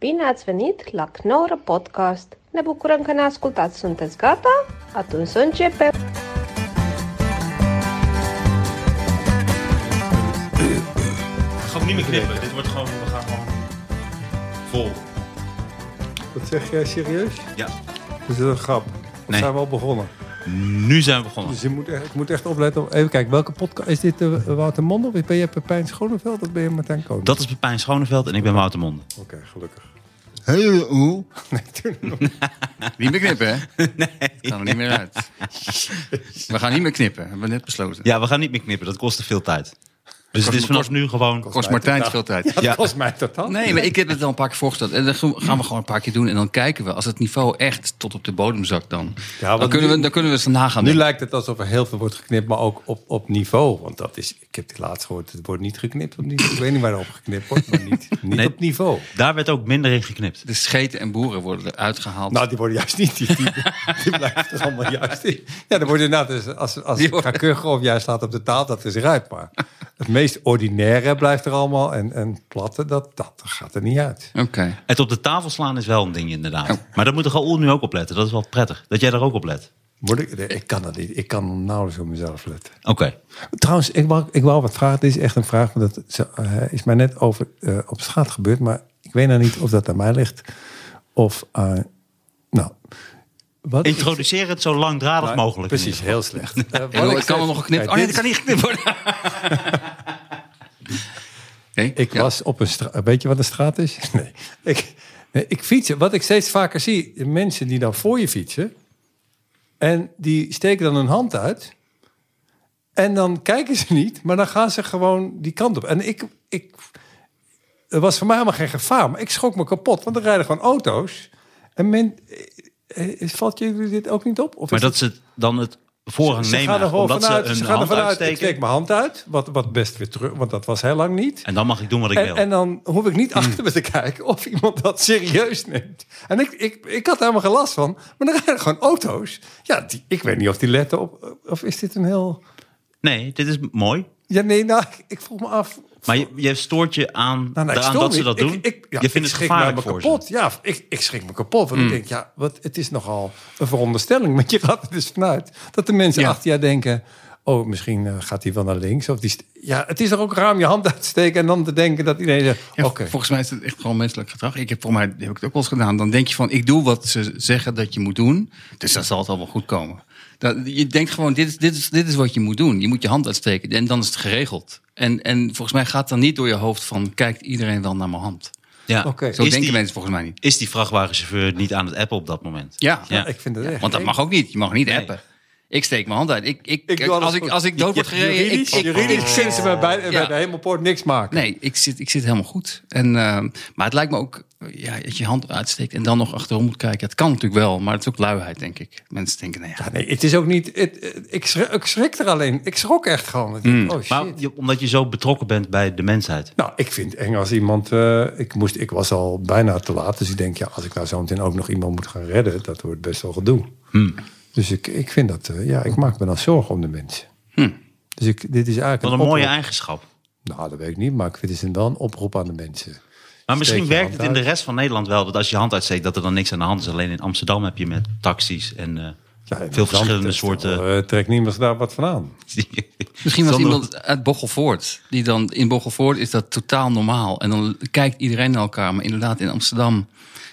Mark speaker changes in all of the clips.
Speaker 1: Bine ați venit la Knorr Podcast! Ne bucurăm că ne ascultați. Sunteți gata? Atunci să începem!
Speaker 2: Gaan we niet meer knippen. Dit wordt gewoon, we gaan gewoon vol.
Speaker 3: Dat zeg jij serieus?
Speaker 2: Ja.
Speaker 3: Is dat een grap? We
Speaker 2: Nee.
Speaker 3: zijn we al begonnen.
Speaker 2: Nu zijn we begonnen.
Speaker 3: Dus je moet echt, ik moet echt opletten. Even kijken, welke podcast... Is dit eh, Wouter Mondel? Of Ben je Pepijn Schoneveld of ben je Martijn Koning?
Speaker 2: Dat is Pepijn Schoneveld en ik ben Wouter Monde.
Speaker 3: Oké, gelukkig.
Speaker 4: Heel oeh.
Speaker 3: Nee, toen nog.
Speaker 4: Niet meer knippen, hè? Nee. Gaan we niet meer uit. We gaan niet meer knippen, hebben we net besloten.
Speaker 2: Ja, we gaan niet meer knippen. Dat kost te veel tijd. Dus het
Speaker 4: me
Speaker 2: is vanaf
Speaker 4: kost-
Speaker 2: nu gewoon...
Speaker 4: Kost Martijn te veel tijd.
Speaker 3: Dat was mij totaal.
Speaker 4: Nee, maar ik heb het al een paar keer voorgesteld. En dat gaan we gewoon een paar keer doen. En dan kijken we. Als het niveau echt tot op de bodem zakt, dan,
Speaker 3: Ja, want
Speaker 4: dan, kunnen,
Speaker 3: nu-
Speaker 4: we, dan kunnen we ze nagaan.
Speaker 3: Nu lijkt het alsof er heel veel wordt geknipt, maar ook op, op niveau. Want dat is, ik heb dit laatst gehoord, het wordt niet geknipt op niveau. Ik weet niet waarop geknipt wordt, maar niet, niet
Speaker 2: Nee.
Speaker 3: op niveau.
Speaker 2: Daar werd ook minder in geknipt.
Speaker 4: De scheten en boeren worden eruit gehaald.
Speaker 3: Nou, die worden juist niet. Die, die, die blijven er allemaal juist in. Ja, dan worden inderdaad, dus als, als
Speaker 4: Die
Speaker 3: ik ga
Speaker 4: worden-
Speaker 3: kuchen of jij staat op de tafel, dat is eruit. Maar het meest ordinaire blijft er allemaal. En, en platte, dat, dat gaat er niet uit.
Speaker 4: Oké.
Speaker 2: Het op de tafel slaan is wel een ding
Speaker 3: Oh.
Speaker 2: inderdaad. Maar dat moet er gewoon nu ook op letten. Dat is wel prettig. Dat jij daar ook op let.
Speaker 3: Moet ik, nee, ik kan dat niet. Ik kan nauwelijks op mezelf letten.
Speaker 2: Oké.
Speaker 3: Trouwens, ik wou, ik wou wat vragen. Dit is echt een vraag, want dat is, eh, is mij net over, eh, op straat gebeurd. Maar ik weet nou niet of dat aan mij ligt. Of, aan- nou... Wat ik-
Speaker 2: Introduceer het zo langdradig
Speaker 3: nou,
Speaker 2: mogelijk. in
Speaker 3: Precies,
Speaker 2: ieder
Speaker 3: heel slecht. Eh, wat
Speaker 4: En
Speaker 3: ik
Speaker 4: dan- kan er
Speaker 3: steeds-
Speaker 4: nog geknipt.
Speaker 3: Kijk,
Speaker 4: Oh nee,
Speaker 3: dit
Speaker 4: dat kan niet geknipt worden. Oké,
Speaker 3: Ik
Speaker 4: ja.
Speaker 3: was op een straat. Weet je wat een straat is? Nee. Ik, nee, ik fietsen. Wat ik steeds vaker zie, mensen die dan voor je fietsen. En die steken dan hun hand uit. En dan kijken ze niet, maar dan gaan ze gewoon die kant op. En ik, ik, er was voor mij helemaal geen gevaar, maar ik schrok me kapot, want er rijden gewoon auto's. En men, eh, eh, valt jullie dit ook niet op? Of
Speaker 2: Maar
Speaker 3: is
Speaker 2: dat ze dan het voorrang
Speaker 3: ze
Speaker 2: nemen.
Speaker 3: gaan er gewoon
Speaker 2: Omdat
Speaker 3: vanuit.
Speaker 2: ze een
Speaker 3: Ze gaan er
Speaker 2: hand
Speaker 3: vanuit. Ik steek
Speaker 2: uitsteken.
Speaker 3: mijn hand uit, wat, wat best weer terug, want dat was heel lang niet.
Speaker 2: En dan mag ik doen wat ik Mm.
Speaker 3: En,
Speaker 2: wil.
Speaker 3: en dan hoef ik niet achter me te kijken of iemand dat serieus neemt. En ik, ik, ik had daar helemaal geen last van. Maar er rijden gewoon auto's. Ja, die, ik weet niet of die letten op... Of is dit een heel...
Speaker 2: Nee, dit is mooi.
Speaker 3: Ja, nee, nou, ik, ik vroeg me af...
Speaker 2: Maar je, je stoort je aan,
Speaker 3: Nou, nee, ik
Speaker 2: aan
Speaker 3: stoor
Speaker 2: dat ze
Speaker 3: me.
Speaker 2: dat
Speaker 3: Ik-
Speaker 2: doen.
Speaker 3: ik- ja,
Speaker 2: je
Speaker 3: ik
Speaker 2: vindt het
Speaker 3: schrik
Speaker 2: gevaarlijk
Speaker 3: me
Speaker 2: voor ze. Mm.
Speaker 3: kapot. Ja, ik, ik schrik me kapot. Want ik denk, ja, wat, het is nogal een veronderstelling. Want je gaat er dus vanuit dat de mensen
Speaker 4: Ja.
Speaker 3: achter jou denken... oh, misschien eh, gaat hij wel naar links. Of die st- ja, het is er ook raam je hand uit te steken... en dan te denken dat iedereen zegt,
Speaker 4: Ja,
Speaker 3: oké.
Speaker 4: Volgens mij is het echt gewoon menselijk gedrag. Ik heb voor mij heb ik het ook wel eens gedaan. Dan denk je van, ik doe wat ze zeggen dat je moet doen. Dus dan zal het allemaal goed komen. Dat, je denkt gewoon, dit is, dit, is, dit is wat je moet doen. Je moet je hand uitsteken en dan is het geregeld. En, en volgens mij gaat dan niet door je hoofd van, kijkt iedereen wel naar mijn hand.
Speaker 2: Ja.
Speaker 3: Oké.
Speaker 4: Zo
Speaker 2: is
Speaker 4: denken
Speaker 2: die,
Speaker 4: mensen volgens mij niet.
Speaker 2: Is die vrachtwagenchauffeur niet aan het appen op dat moment?
Speaker 4: Ja,
Speaker 2: Ja.
Speaker 3: Ik vind het echt...
Speaker 4: want dat mag ook niet. Je mag niet appen. Ik steek mijn hand uit. Ik, ik,
Speaker 3: Ik doe alles
Speaker 4: als, ik,
Speaker 3: goed.
Speaker 4: als ik dood word gereden... Ik,
Speaker 3: Juridisch,
Speaker 4: ik,
Speaker 3: juridisch
Speaker 4: ik-
Speaker 3: sinds we bij, bij
Speaker 4: Ja.
Speaker 3: de Hemelpoort niks maken.
Speaker 4: Nee, ik zit, ik zit helemaal goed. En, ehm, maar het lijkt me ook eh, ja, dat je je hand uitsteekt en dan nog achterom moet kijken. Het kan natuurlijk wel, maar het is ook luiheid, denk ik. Mensen denken, nee, ja,
Speaker 3: Ja, nee, het is ook niet... het- het- ik, schrik, ik schrik er alleen. Ik schrok echt gewoon. Ik denk, Oh shit.
Speaker 2: Mm. Maar je- omdat je zo betrokken bent bij de mensheid.
Speaker 3: nou, ik vind eng als iemand... eh, ik, moest, ik was al bijna te laat. Dus ik denk, ja, als ik nou zo meteen ook nog iemand moet gaan redden... dat wordt best wel gedoe.
Speaker 2: Mm.
Speaker 3: Dus ik, ik vind dat... eh, ja, ik maak me dan zorgen om de mensen. Dus ik, dit is eigenlijk
Speaker 2: Hm. Wat een mooie
Speaker 3: oproep.
Speaker 2: eigenschap.
Speaker 3: Nou, dat weet ik niet. Maar ik vind het is een- wel een oproep aan de mensen.
Speaker 2: Maar misschien
Speaker 3: Steek je
Speaker 2: werkt
Speaker 3: hand
Speaker 2: het in de
Speaker 3: uit.
Speaker 2: rest van Nederland wel dat als je je hand uitsteekt, dat er dan niks aan de hand is. Alleen in Amsterdam heb je met taxis en eh,
Speaker 3: Ja, en
Speaker 2: veel
Speaker 3: dan-
Speaker 2: verschillende
Speaker 3: dat is
Speaker 2: soorten.
Speaker 3: wel, eh, trekt niemand daar wat van aan.
Speaker 4: Misschien was
Speaker 2: Zonder-
Speaker 4: iemand uit Bochelvoort. Die dan, in Bochelvoort is dat totaal normaal. En dan kijkt iedereen naar elkaar. Maar inderdaad, in Amsterdam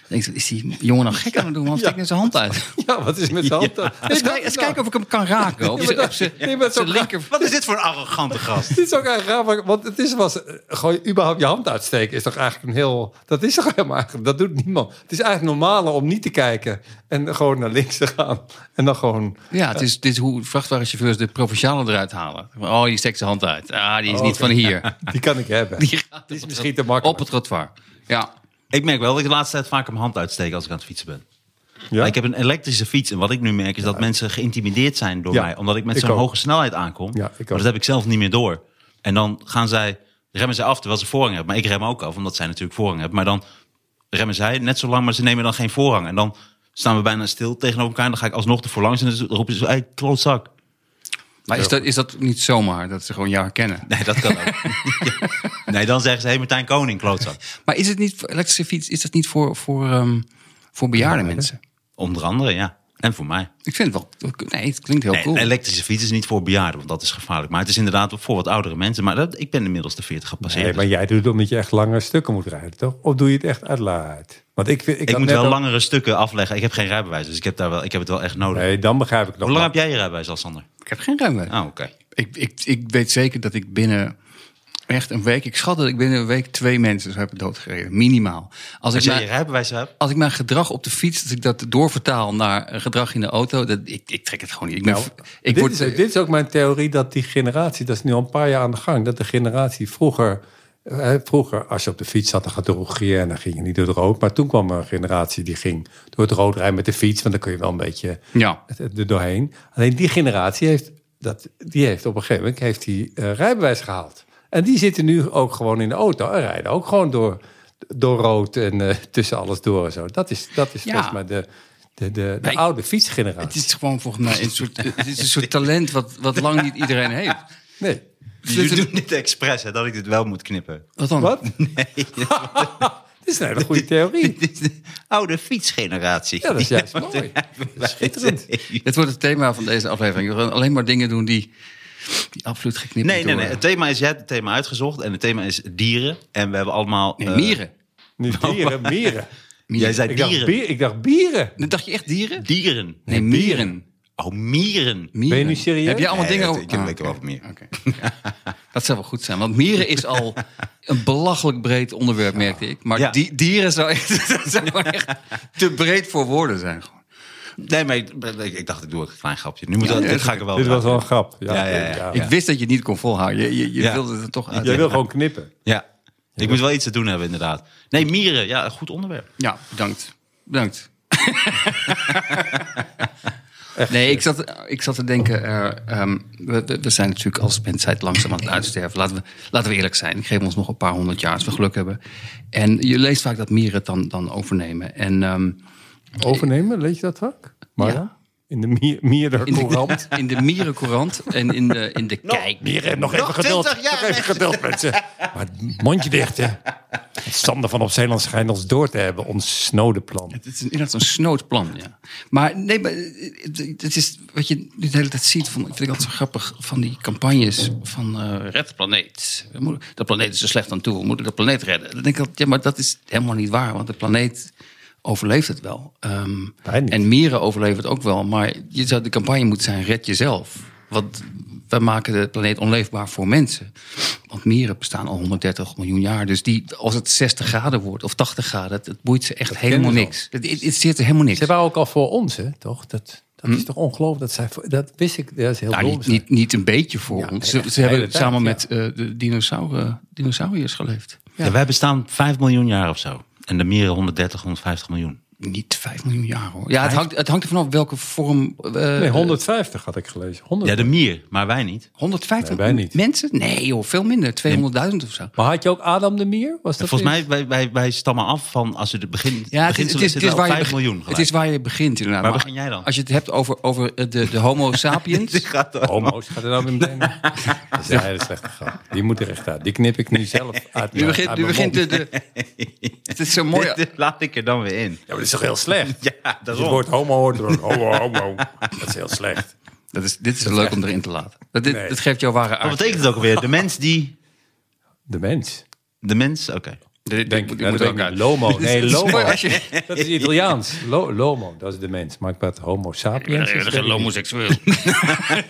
Speaker 4: denkt ze, is die jongen nou gek aan het doen? Waarom steekt hij zijn hand uit?
Speaker 3: Ja, wat is met z'n hand? Nee,
Speaker 4: Eens,
Speaker 3: dat-
Speaker 4: kijk- eens
Speaker 3: nou.
Speaker 4: kijken of ik hem kan raken. Op
Speaker 3: Ja, maar dat-
Speaker 4: zijn
Speaker 3: nee, maar het is ook raar.
Speaker 4: linker...
Speaker 2: Wat is dit voor een arrogante gast?
Speaker 3: Dit is ook eigenlijk raar, want- want het is was gewoon überhaupt je hand uitsteken is toch eigenlijk een heel dat is toch helemaal eigenlijk- dat doet niemand. Het is eigenlijk normaler om niet te kijken en gewoon naar links te gaan en dan gewoon
Speaker 4: Ja, het is, dit is hoe vrachtwagenchauffeurs de provincialen eruit halen. Oh, die steekt zijn hand uit. Ah, die is
Speaker 3: Oh,
Speaker 4: niet
Speaker 3: oké.
Speaker 4: van hier.
Speaker 3: die kan ik hebben.
Speaker 4: Die gaat
Speaker 3: Dit is
Speaker 4: op
Speaker 3: misschien
Speaker 4: het-
Speaker 3: te makkelijk.
Speaker 4: Op het trottoir. Ja.
Speaker 2: Ik merk wel dat ik de laatste tijd vaak mijn hand uitsteek als ik aan het fietsen ben.
Speaker 3: Ja?
Speaker 2: Ik heb een elektrische fiets en wat ik nu merk is dat mensen geïntimideerd zijn door
Speaker 3: Ja,
Speaker 2: mij. Omdat ik met
Speaker 3: ik
Speaker 2: zo'n
Speaker 3: ook.
Speaker 2: hoge snelheid aankom.
Speaker 3: Ja, ik
Speaker 2: maar
Speaker 3: ook.
Speaker 2: dat heb ik zelf niet meer door. En dan gaan zij, remmen zij af terwijl ze voorrang hebben. Maar ik rem ook af, omdat zij natuurlijk voorrang hebben. Maar dan remmen zij net zo lang, maar ze nemen dan geen voorrang. En dan staan we bijna stil tegenover elkaar. En dan ga ik alsnog te voorlangs en dan roepen ze, hey, klootzak.
Speaker 4: Maar is dat, is dat niet zomaar, dat ze gewoon jou herkennen?
Speaker 2: Nee, dat kan ook. Ja. Nee, dan zeggen ze, hé, Martijn Koning, klootzak.
Speaker 4: Maar is het niet voor elektrische fiets, is dat niet voor, voor, ehm, voor bejaarde mensen?
Speaker 2: Onder andere, ja. En voor mij.
Speaker 3: Oh,
Speaker 4: Ik vind het wel, nee, het klinkt heel
Speaker 2: Nee,
Speaker 4: cool.
Speaker 2: een elektrische fiets is niet voor bejaarden, want dat is gevaarlijk. Maar het is inderdaad voor wat oudere mensen. Maar dat, ik ben inmiddels de 40 gepasseerd.
Speaker 3: Nee,
Speaker 2: dus
Speaker 3: maar jij doet het omdat je echt langere stukken moet rijden, toch? Of doe je het echt uit laat? Want ik, ik,
Speaker 2: ik
Speaker 3: had
Speaker 2: moet
Speaker 3: net
Speaker 2: wel
Speaker 3: al-
Speaker 2: langere stukken afleggen. Ik heb geen rijbewijs, dus ik heb, daar wel, ik heb het wel echt nodig.
Speaker 3: Nee, dan begrijp ik het nog.
Speaker 2: Hoe lang heb jij je rijbewijs al, Sander?
Speaker 4: Ik heb geen ruimte.
Speaker 2: Ah, oké.
Speaker 4: Ik, ik, ik weet zeker dat ik binnen echt een week... Ik schat dat ik binnen een week twee mensen zou hebben doodgereden. Minimaal.
Speaker 2: Als
Speaker 4: Als, ik
Speaker 2: jij je
Speaker 4: mijn,
Speaker 2: rijbewijs hebt,
Speaker 4: als ik mijn gedrag op de fiets... als ik dat doorvertaal naar een gedrag in de auto... Dat, ik, ik trek het gewoon niet. Ik, ben,
Speaker 3: Nou,
Speaker 4: ik
Speaker 3: dit,
Speaker 4: word,
Speaker 3: is, dit is ook mijn theorie dat die generatie, dat is nu al een paar jaar aan de gang, dat de generatie vroeger, eh, vroeger als je op de fiets zat, dan gedroeg je en dan ging je niet door het rood. Maar toen kwam er een generatie die ging door het rood rijden met de fiets, want dan kun je wel een beetje
Speaker 4: Ja.
Speaker 3: het- het er doorheen. Alleen die generatie heeft, dat, die heeft op een gegeven moment heeft die, eh, rijbewijs gehaald. En die zitten nu ook gewoon in de auto en rijden ook gewoon door, door rood en eh, tussen alles door en zo. Dat is, dat is
Speaker 4: Ja.
Speaker 3: volgens mij de, de, de, de
Speaker 4: ik-
Speaker 3: oude fietsgeneratie.
Speaker 4: Het is gewoon volgens mij een soort, het is een soort talent wat, wat lang niet iedereen heeft.
Speaker 3: Nee.
Speaker 2: jullie doen dit expres, hè, dat ik dit wel moet knippen.
Speaker 4: Wat dan?
Speaker 3: Wat? Nee. Dit is een hele goede theorie.
Speaker 2: Dit is de oude fietsgeneratie.
Speaker 3: Ja, dat is juist mooi. Dat is Schitterend.
Speaker 4: Dit wordt het thema van deze aflevering. We gaan alleen maar dingen doen die, die absoluut geknipt
Speaker 2: Nee, nee,
Speaker 4: moeten
Speaker 2: nee. Het
Speaker 4: worden.
Speaker 2: thema is, jij hebt het thema uitgezocht en het thema is dieren. En we hebben allemaal...
Speaker 4: Nee,
Speaker 2: eh,
Speaker 4: mieren.
Speaker 3: Niet dieren, mieren.
Speaker 2: Jij zei
Speaker 3: Ik dacht,
Speaker 2: dieren.
Speaker 3: bier, ik dacht bieren.
Speaker 4: Dacht je echt dieren?
Speaker 2: Dieren.
Speaker 4: Nee, mieren.
Speaker 2: Oh, mieren.
Speaker 4: mieren.
Speaker 3: Ben je nu serieus?
Speaker 4: Heb jij allemaal
Speaker 2: Nee,
Speaker 4: dingen
Speaker 2: dat-
Speaker 4: over-
Speaker 2: ik heb
Speaker 4: Ah,
Speaker 2: lekker
Speaker 4: oké.
Speaker 2: over mieren.
Speaker 4: Oké. Dat zou wel goed zijn, want mieren is al een belachelijk breed onderwerp, merkte ik. Maar
Speaker 2: Ja.
Speaker 4: die, dieren zou echt, dat zou gewoon echt te breed voor woorden zijn. gewoon.
Speaker 2: Nee, maar ik, ik- ik dacht, ik doe een klein grapje. Nu moet dat, dit ga ik er wel
Speaker 3: Dit
Speaker 2: weer
Speaker 3: was wel een grap. Ja,
Speaker 2: Oh, Ja, ja, ja.
Speaker 4: Ik wist dat je het niet kon volhouden. Je, je, je
Speaker 2: Ja.
Speaker 4: wilde het toch uit.
Speaker 3: Jij wil gewoon knippen.
Speaker 2: Ja, ik moet wel iets te doen hebben inderdaad. Nee, mieren, ja, een goed onderwerp.
Speaker 4: Ja, bedankt. Bedankt. nee, ik zat, ik zat te denken, eh, ehm, we, we- we zijn natuurlijk als mensheid langzaam aan het uitsterven. Laten we, laten we eerlijk zijn, ik geef ons nog een paar honderd jaar als we geluk hebben. En je leest vaak dat mieren het dan, dan overnemen. En ehm,
Speaker 3: Overnemen, lees je dat ook? Maar
Speaker 4: Ja.
Speaker 3: in de mier, mierder
Speaker 4: in,
Speaker 3: courant.
Speaker 4: de, in de mierencourant en in de, in de kijk.
Speaker 3: Mieren, nog even geduld. nog even geduld met ze. Maar mondje dicht, hè. Sander van op Zeeland schijnt ons door te hebben. Ons snode plan.
Speaker 4: Het is inderdaad zo'n snoot plan, ja. Maar nee, maar het- het is wat je nu de hele tijd ziet. Van, vind ik altijd zo grappig van die campagnes van eh, red de planeet. We moeten- De planeet is er slecht aan toe. We moeten de planeet redden. Dan denk ik altijd, ja, maar dat is helemaal niet waar. Want de planeet overleeft het wel. Ehm,
Speaker 3: Wij niet.
Speaker 4: en mieren overleven het ook wel. Maar je zou de campagne moeten zijn, red jezelf. Want wij maken de planeet onleefbaar voor mensen. Want mieren bestaan al 130 miljoen jaar. Dus die, als het 60 graden wordt of 80 graden... het, het boeit ze echt helemaal
Speaker 3: kennen ze
Speaker 4: niks. Het, het, het zit er helemaal niks.
Speaker 3: Ze waren ook al voor ons, hè, toch? Dat, dat is toch ongelooflijk. Dat, zij, voor- dat wist ik. Dat is heel
Speaker 4: Nou,
Speaker 3: dom.
Speaker 4: niet, niet, niet een beetje voor
Speaker 3: Ja,
Speaker 4: ons.
Speaker 3: echt,
Speaker 4: Ze, ze
Speaker 3: de
Speaker 4: hebben
Speaker 3: hele tijd,
Speaker 4: samen
Speaker 3: ja.
Speaker 4: met eh, de dinosauren, dinosauriërs geleefd.
Speaker 2: Ja. wij bestaan 5 miljoen jaar of zo. En de mieren 130, 150 miljoen.
Speaker 4: Niet 5 miljoen jaar hoor. Ja, het hangt, het hangt er vanaf welke vorm. eh,
Speaker 3: Nee, 150 had ik gelezen. 100.
Speaker 2: Ja, de mier, maar wij niet.
Speaker 4: 150
Speaker 3: Nee, wij niet.
Speaker 4: mensen? Nee joh, veel minder. 200.000 of zo.
Speaker 3: Maar had je ook Adam de Mier? Was dat
Speaker 2: Volgens
Speaker 3: die?
Speaker 2: mij, wij, wij, wij stammen af van, als we het begin,
Speaker 4: Ja, het
Speaker 2: begin
Speaker 4: is, het is, het is waar je
Speaker 2: 5
Speaker 4: beg-
Speaker 2: miljoen
Speaker 4: Het
Speaker 2: gelijk.
Speaker 4: is waar je begint inderdaad.
Speaker 2: Waar
Speaker 4: Maar
Speaker 2: begin jij dan?
Speaker 4: Als je het hebt over, over eh, de, de homo sapiens.
Speaker 3: Homo's gaat er nou weer meteen. Dat is een hele slechte grap. Die moet er echt uit. Die knip ik nu zelf uit.
Speaker 4: Nu begint, nu begint de, de... Het is zo mooi.
Speaker 2: Dit laat ik er dan weer in.
Speaker 3: Ja, maar dat is toch heel slecht?
Speaker 2: Ja,
Speaker 3: Als
Speaker 2: daarom.
Speaker 3: je het woord homo hoort, dan homo, homo. Dat is heel slecht.
Speaker 4: Dat is, dit is leuk om erin te laten. Dat, dit,
Speaker 3: Nee.
Speaker 4: dat geeft jouw ware
Speaker 2: Wat
Speaker 4: aard.
Speaker 2: betekent het ook alweer? De mens die...
Speaker 3: De mens.
Speaker 2: De mens? Oké.
Speaker 4: Dit- dit
Speaker 3: Denk
Speaker 4: moet-
Speaker 3: ik.
Speaker 4: dit
Speaker 3: Nou,
Speaker 4: moet
Speaker 3: dat
Speaker 4: ook
Speaker 3: weet ik
Speaker 4: uit.
Speaker 3: niet. Lomo.
Speaker 4: Dit is-
Speaker 3: Nee,
Speaker 4: dit is
Speaker 3: lomo.
Speaker 4: mooi als je-
Speaker 3: Dat is Italiaans. Lo- lomo, dat is de mens. Maar ik wat homo sapiens. is, weet
Speaker 4: dat is
Speaker 3: ik
Speaker 4: een
Speaker 3: niet.
Speaker 4: homoseksueel.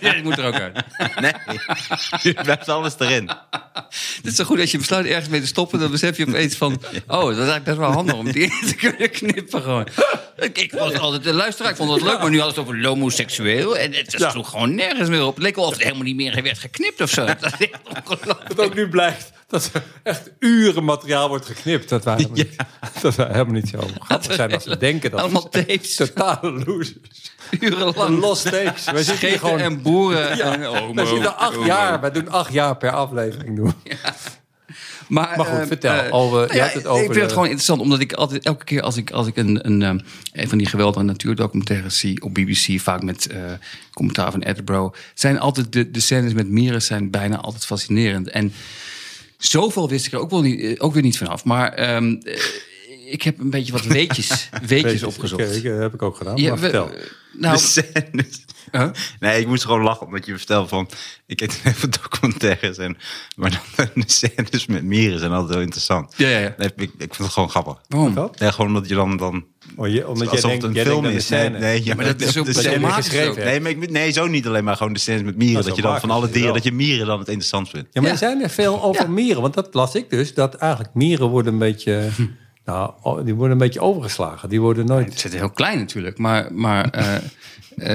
Speaker 4: ja, die moet er ook uit.
Speaker 2: Nee, nu blijft alles erin.
Speaker 4: Nou. Het is zo goed als je besluit ergens mee te stoppen, dan besef je opeens van, oh, dat is eigenlijk best wel handig om die in te kunnen knippen gewoon. Ik, ik was altijd een luisteraar, ik vond het leuk, maar nu alles over homoseksueel en het
Speaker 3: Ja.
Speaker 4: sloeg gewoon nergens meer op. Het leek wel of het helemaal niet meer werd geknipt of zo. Dat is echt ongelooflijk.
Speaker 3: Dat ook nu blijkt dat er echt uren materiaal wordt geknipt. Dat wij helemaal, niet, dat wij helemaal niet zo grappig zijn als we denken. Dat
Speaker 4: Allemaal
Speaker 3: we-
Speaker 4: tapes.
Speaker 3: Totale losers.
Speaker 4: Urenlang
Speaker 3: Los tapes. Wij zitten hier
Speaker 4: scheten
Speaker 3: gewoon...
Speaker 4: en boeren. en homo.
Speaker 2: Oh,
Speaker 3: wij zitten acht jaar. Wij doen acht jaar per aflevering. Doen. we.
Speaker 4: Maar,
Speaker 3: Maar goed,
Speaker 4: eh,
Speaker 3: vertel.
Speaker 4: eh,
Speaker 3: Al, eh,
Speaker 4: nou
Speaker 3: je
Speaker 4: ja,
Speaker 3: hebt het over
Speaker 4: Ik vind
Speaker 3: de-
Speaker 4: het gewoon interessant, omdat ik altijd, elke keer als ik, als ik een, een, eh, een van die geweldige natuurdocumentaires zie op BBC, vaak met eh, commentaar van Attenborough, zijn altijd de, de scènes met mieren zijn bijna altijd fascinerend. En zoveel wist ik er ook, wel niet, eh, ook weer niet vanaf. Maar ehm, eh, ik heb een beetje wat weetjes, weetjes opgezocht.
Speaker 3: Oké, ik, eh, heb ik ook gedaan.
Speaker 4: Ja,
Speaker 3: maar
Speaker 4: we-
Speaker 3: vertel. Dus-
Speaker 4: nou,
Speaker 2: De scènes.
Speaker 4: Huh?
Speaker 2: Nee, ik moest gewoon lachen omdat je vertelde van... Ik kijk even documentaires en... Maar dan de scènes met mieren zijn altijd heel interessant.
Speaker 4: Ja, ja, ja.
Speaker 2: Nee, ik, ik vind het gewoon grappig.
Speaker 4: waarom?
Speaker 3: Vertel.
Speaker 2: Nee, gewoon omdat je dan... dan
Speaker 3: Oh, je, omdat jij
Speaker 2: alsof
Speaker 3: denkt,
Speaker 2: het een
Speaker 3: jij
Speaker 2: film
Speaker 3: denkt aan de
Speaker 2: is. Nee,
Speaker 3: scène.
Speaker 2: nee, ja,
Speaker 4: Maar dat
Speaker 2: de-
Speaker 4: is ook
Speaker 2: de
Speaker 4: zo
Speaker 2: scène-
Speaker 3: makkelijk.
Speaker 4: geschreven.
Speaker 3: geschreven.
Speaker 2: Nee, maar ik, nee, zo niet alleen maar gewoon de scènes met mieren.
Speaker 3: Dat
Speaker 2: Dat,
Speaker 3: is
Speaker 2: je
Speaker 3: wel
Speaker 2: dan van
Speaker 3: waar,
Speaker 2: alle
Speaker 3: dat is
Speaker 2: dieren,
Speaker 3: wel.
Speaker 2: dat je mieren dan het interessant vindt.
Speaker 3: Ja, maar
Speaker 4: Ja.
Speaker 3: zijn er veel over mieren? Want dat las ik dus, dat eigenlijk mieren worden een beetje... Nou, o- die worden een beetje overgeslagen. Die worden nooit...
Speaker 4: Het zit heel kleklein natuurlijk, maar, maar eh,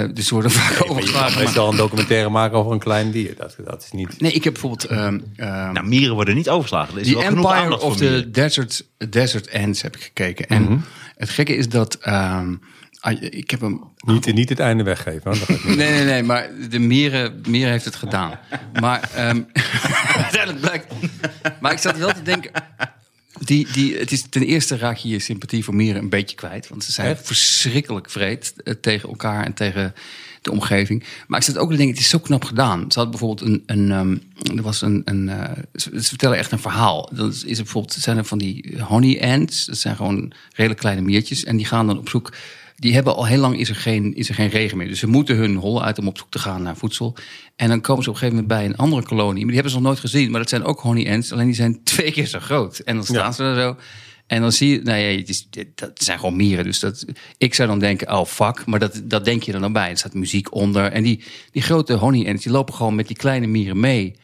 Speaker 4: eh, dus ze worden vaak overgeslagen.
Speaker 3: Maar
Speaker 4: maar-
Speaker 3: je zal een documentaire maken over een klein dier. Dat, dat is niet...
Speaker 4: Nee, ik heb bijvoorbeeld ehm, ehm,
Speaker 2: Nou, mieren worden niet overslagen. Er is
Speaker 4: die
Speaker 2: wel genoeg
Speaker 4: Empire
Speaker 2: aandacht voor Mhm.
Speaker 4: of the
Speaker 2: mieren.
Speaker 4: Desert, Desert Ants heb ik gekeken. En het gekke is dat ehm, ah, ik heb hem.
Speaker 3: Niet, niet het einde weggeven. hoor. Dat gaat niet.
Speaker 4: Nee, nee, nee, maar de mieren, mieren heeft het gedaan. Maar ehm, uiteindelijk blijkt. Maar ik zat wel te denken. Die, die, het is, ten eerste raak je je sympathie voor mieren een beetje kwijt. Want ze zijn
Speaker 3: Echt?
Speaker 4: verschrikkelijk vreed eh, tegen elkaar en tegen de omgeving. Maar ik zat ook te denken, het is zo knap gedaan. Ze hadden bijvoorbeeld een... een ehm, er was een, een eh, ze, ze vertellen echt een verhaal. Dan is er bijvoorbeeld, zijn er van die honey ants. Dat zijn gewoon redelijk kleine miertjes. En die gaan dan op zoek... Die hebben al heel lang is er, geen, is er geen regen meer. Dus ze moeten hun hol uit om op zoek te gaan naar voedsel. En dan komen ze op een gegeven moment bij een andere kolonie. Maar die hebben ze nog nooit gezien. Maar dat zijn ook honey ants. Alleen die zijn twee keer zo groot. En dan staan ze daar zo. En dan zie je, nou ja, het is, dat zijn gewoon mieren. Dus dat, ik zou dan denken, oh fuck, maar dat, dat denk je er dan bij. Er staat muziek onder. En die, die grote honey ants, die lopen gewoon met die kleine mieren mee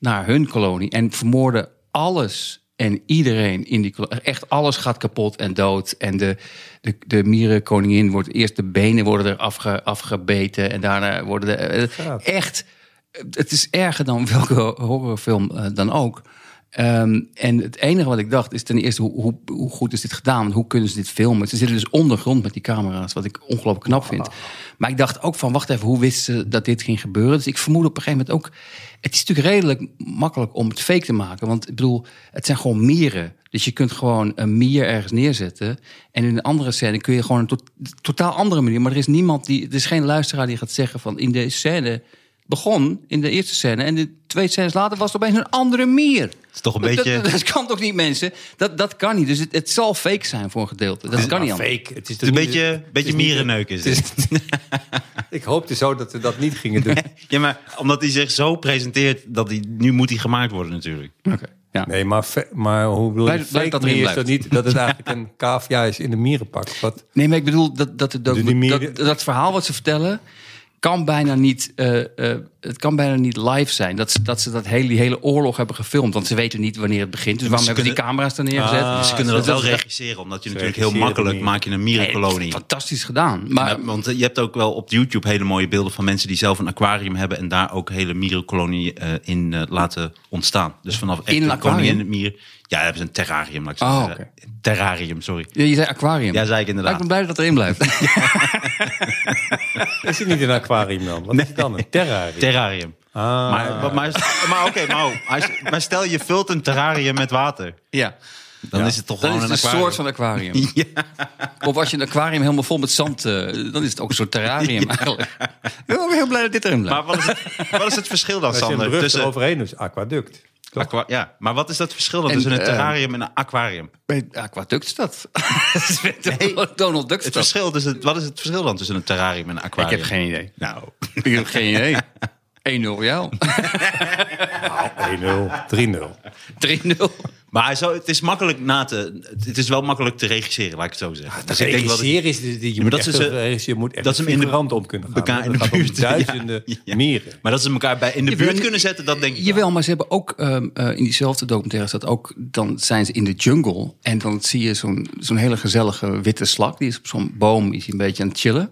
Speaker 4: naar hun kolonie. En vermoorden alles en iedereen in die kolonie. Echt alles gaat kapot en dood. En de, de, de mierenkoningin wordt, eerst de benen worden er afge, afgebeten. En daarna worden de, eh,
Speaker 3: Gaaf.
Speaker 4: echt, het is erger dan welke horrorfilm eh, dan ook. Ehm, en het enige wat ik dacht is ten eerste, hoe, hoe, hoe goed is dit gedaan? Want hoe kunnen ze dit filmen? Ze zitten dus ondergrond met die camera's, wat ik ongelooflijk knap vind. Maar ik dacht ook van, wacht even, hoe wisten ze dat dit ging gebeuren? Dus ik vermoed op een gegeven moment ook... Het is natuurlijk redelijk makkelijk om het fake te maken. Want ik bedoel, het zijn gewoon mieren. Dus je kunt gewoon een mier ergens neerzetten. En in een andere scène kun je gewoon een to- totaal andere manier... Maar er is niemand die... Er is geen luisteraar die gaat zeggen van, in deze scène begon in de eerste scène en de twee scènes later was het opeens een andere mier.
Speaker 2: is toch een
Speaker 4: Dat-
Speaker 2: beetje-
Speaker 4: Dat, dat kan toch niet, mensen? Dat, dat kan niet. Dus het, het zal fake zijn voor een gedeelte. Dat kan niet anders.
Speaker 3: Nou, Fake. Het is
Speaker 2: Het is nou
Speaker 3: toch
Speaker 2: een
Speaker 3: niet-
Speaker 2: beetje,
Speaker 3: het
Speaker 2: beetje
Speaker 3: is niet-
Speaker 2: mierenneuk is
Speaker 3: het is-
Speaker 2: dit.
Speaker 3: Ik hoopte zo dat we dat niet gingen doen.
Speaker 2: Ja, maar omdat hij zich zo presenteert, dat hij, nu moet hij gemaakt worden natuurlijk.
Speaker 4: Oké. Ja.
Speaker 3: Nee, maar, fe- maar hoe bedoel je?
Speaker 4: Blijf- blijf dat
Speaker 3: fake
Speaker 4: erin
Speaker 3: mier is dat niet dat het eigenlijk een cavia is in de mierenpak? Wat?
Speaker 4: Nee, maar ik bedoel dat, dat, het docu-
Speaker 3: Die mieren-
Speaker 4: dat, dat verhaal wat ze vertellen. Kan bijna niet, eh, eh, het kan bijna niet live zijn. Dat ze, dat ze dat hele, die hele oorlog hebben gefilmd. Want ze weten niet wanneer het begint. Dus waarom
Speaker 2: ze Ah,
Speaker 4: hebben ze die camera's er neergezet?
Speaker 3: Ah,
Speaker 4: Dus
Speaker 2: ze
Speaker 3: dus
Speaker 2: kunnen dat, wel
Speaker 4: is-
Speaker 2: regisseren, omdat je natuurlijk heel
Speaker 3: regisseren
Speaker 2: makkelijk
Speaker 3: niet.
Speaker 2: maak je een
Speaker 4: Nee,
Speaker 2: mierenkolonie.
Speaker 4: Fantastisch gedaan. Maar,
Speaker 2: Ja, want eh, je hebt ook wel op YouTube hele mooie beelden van mensen die zelf een aquarium hebben en daar ook hele mierenkolonie eh, in eh, laten ontstaan. Dus vanaf echt
Speaker 4: In een
Speaker 2: een kolonie
Speaker 4: aquarium?
Speaker 2: in de mier. Ja, hebben ze een terrarium, laat ik zo
Speaker 4: Oh,
Speaker 2: zeggen. Terrarium, sorry.
Speaker 4: Ja, je zei aquarium.
Speaker 2: Ja, zei ik
Speaker 4: Maar ik
Speaker 2: inderdaad.
Speaker 4: ben blij dat het erin blijft.
Speaker 3: Is het niet een aquarium dan? Wat is het dan? Een terrarium?
Speaker 2: Terrarium.
Speaker 3: Ah.
Speaker 2: Maar, maar, maar, maar oké, maar, als- maar stel je vult een terrarium met water.
Speaker 4: ja.
Speaker 2: Dan is het toch
Speaker 4: Dan
Speaker 2: gewoon
Speaker 4: is het
Speaker 2: een
Speaker 4: een
Speaker 2: aquarium.
Speaker 4: soort van aquarium. Of als je een aquarium helemaal vol met zand, eh, dan is het ook een soort terrarium eigenlijk. Ik ben ook heel blij dat dit erin blijft.
Speaker 2: Maar wat is, het, wat is het verschil dan,
Speaker 3: Als je een
Speaker 2: Sander?
Speaker 3: brug
Speaker 2: Tussen,
Speaker 3: overheen dus aquaduct.
Speaker 2: aqua- ja, maar wat is dat verschil dan
Speaker 4: En,
Speaker 2: tussen een
Speaker 4: eh,
Speaker 2: terrarium en een aquarium?
Speaker 4: Bij Aquaductstad. Donald
Speaker 2: Het
Speaker 4: Duckstad.
Speaker 2: verschil tussen, wat is het verschil dan tussen een terrarium en een
Speaker 4: Ik
Speaker 2: aquarium?
Speaker 4: heb geen idee.
Speaker 2: Nou,
Speaker 4: Ik heb geen idee. 1-0 voor jou.
Speaker 3: 1-0, 3-0.
Speaker 4: 3-0.
Speaker 2: maar zo, het is makkelijk na te, het is wel makkelijk te regisseren, laat ik het zo zeggen. dus ik denk wel dat,
Speaker 3: Ah, Regisseren is de- die- je,
Speaker 2: maar
Speaker 3: moet
Speaker 2: dat
Speaker 3: echt
Speaker 2: ze ze-
Speaker 3: een regisseur- je moet echt
Speaker 2: dat ze hem in de-
Speaker 3: rand om kunnen gaan.
Speaker 2: elkaar in
Speaker 3: Het
Speaker 2: de
Speaker 3: gaat om
Speaker 2: buurt.
Speaker 3: duizenden
Speaker 2: ja, ja.
Speaker 3: mieren.
Speaker 2: Maar dat ze elkaar bij in de buurt
Speaker 4: Jawel,
Speaker 2: kunnen zetten, dat denk ik. wel.
Speaker 4: Jawel, maar ze hebben ook ehm, eh, in diezelfde documentaire staat ook... dan zijn ze in de jungle en dan zie je zo'n zo'n hele gezellige witte slak. Die is op zo'n boom, is hij een beetje aan het chillen.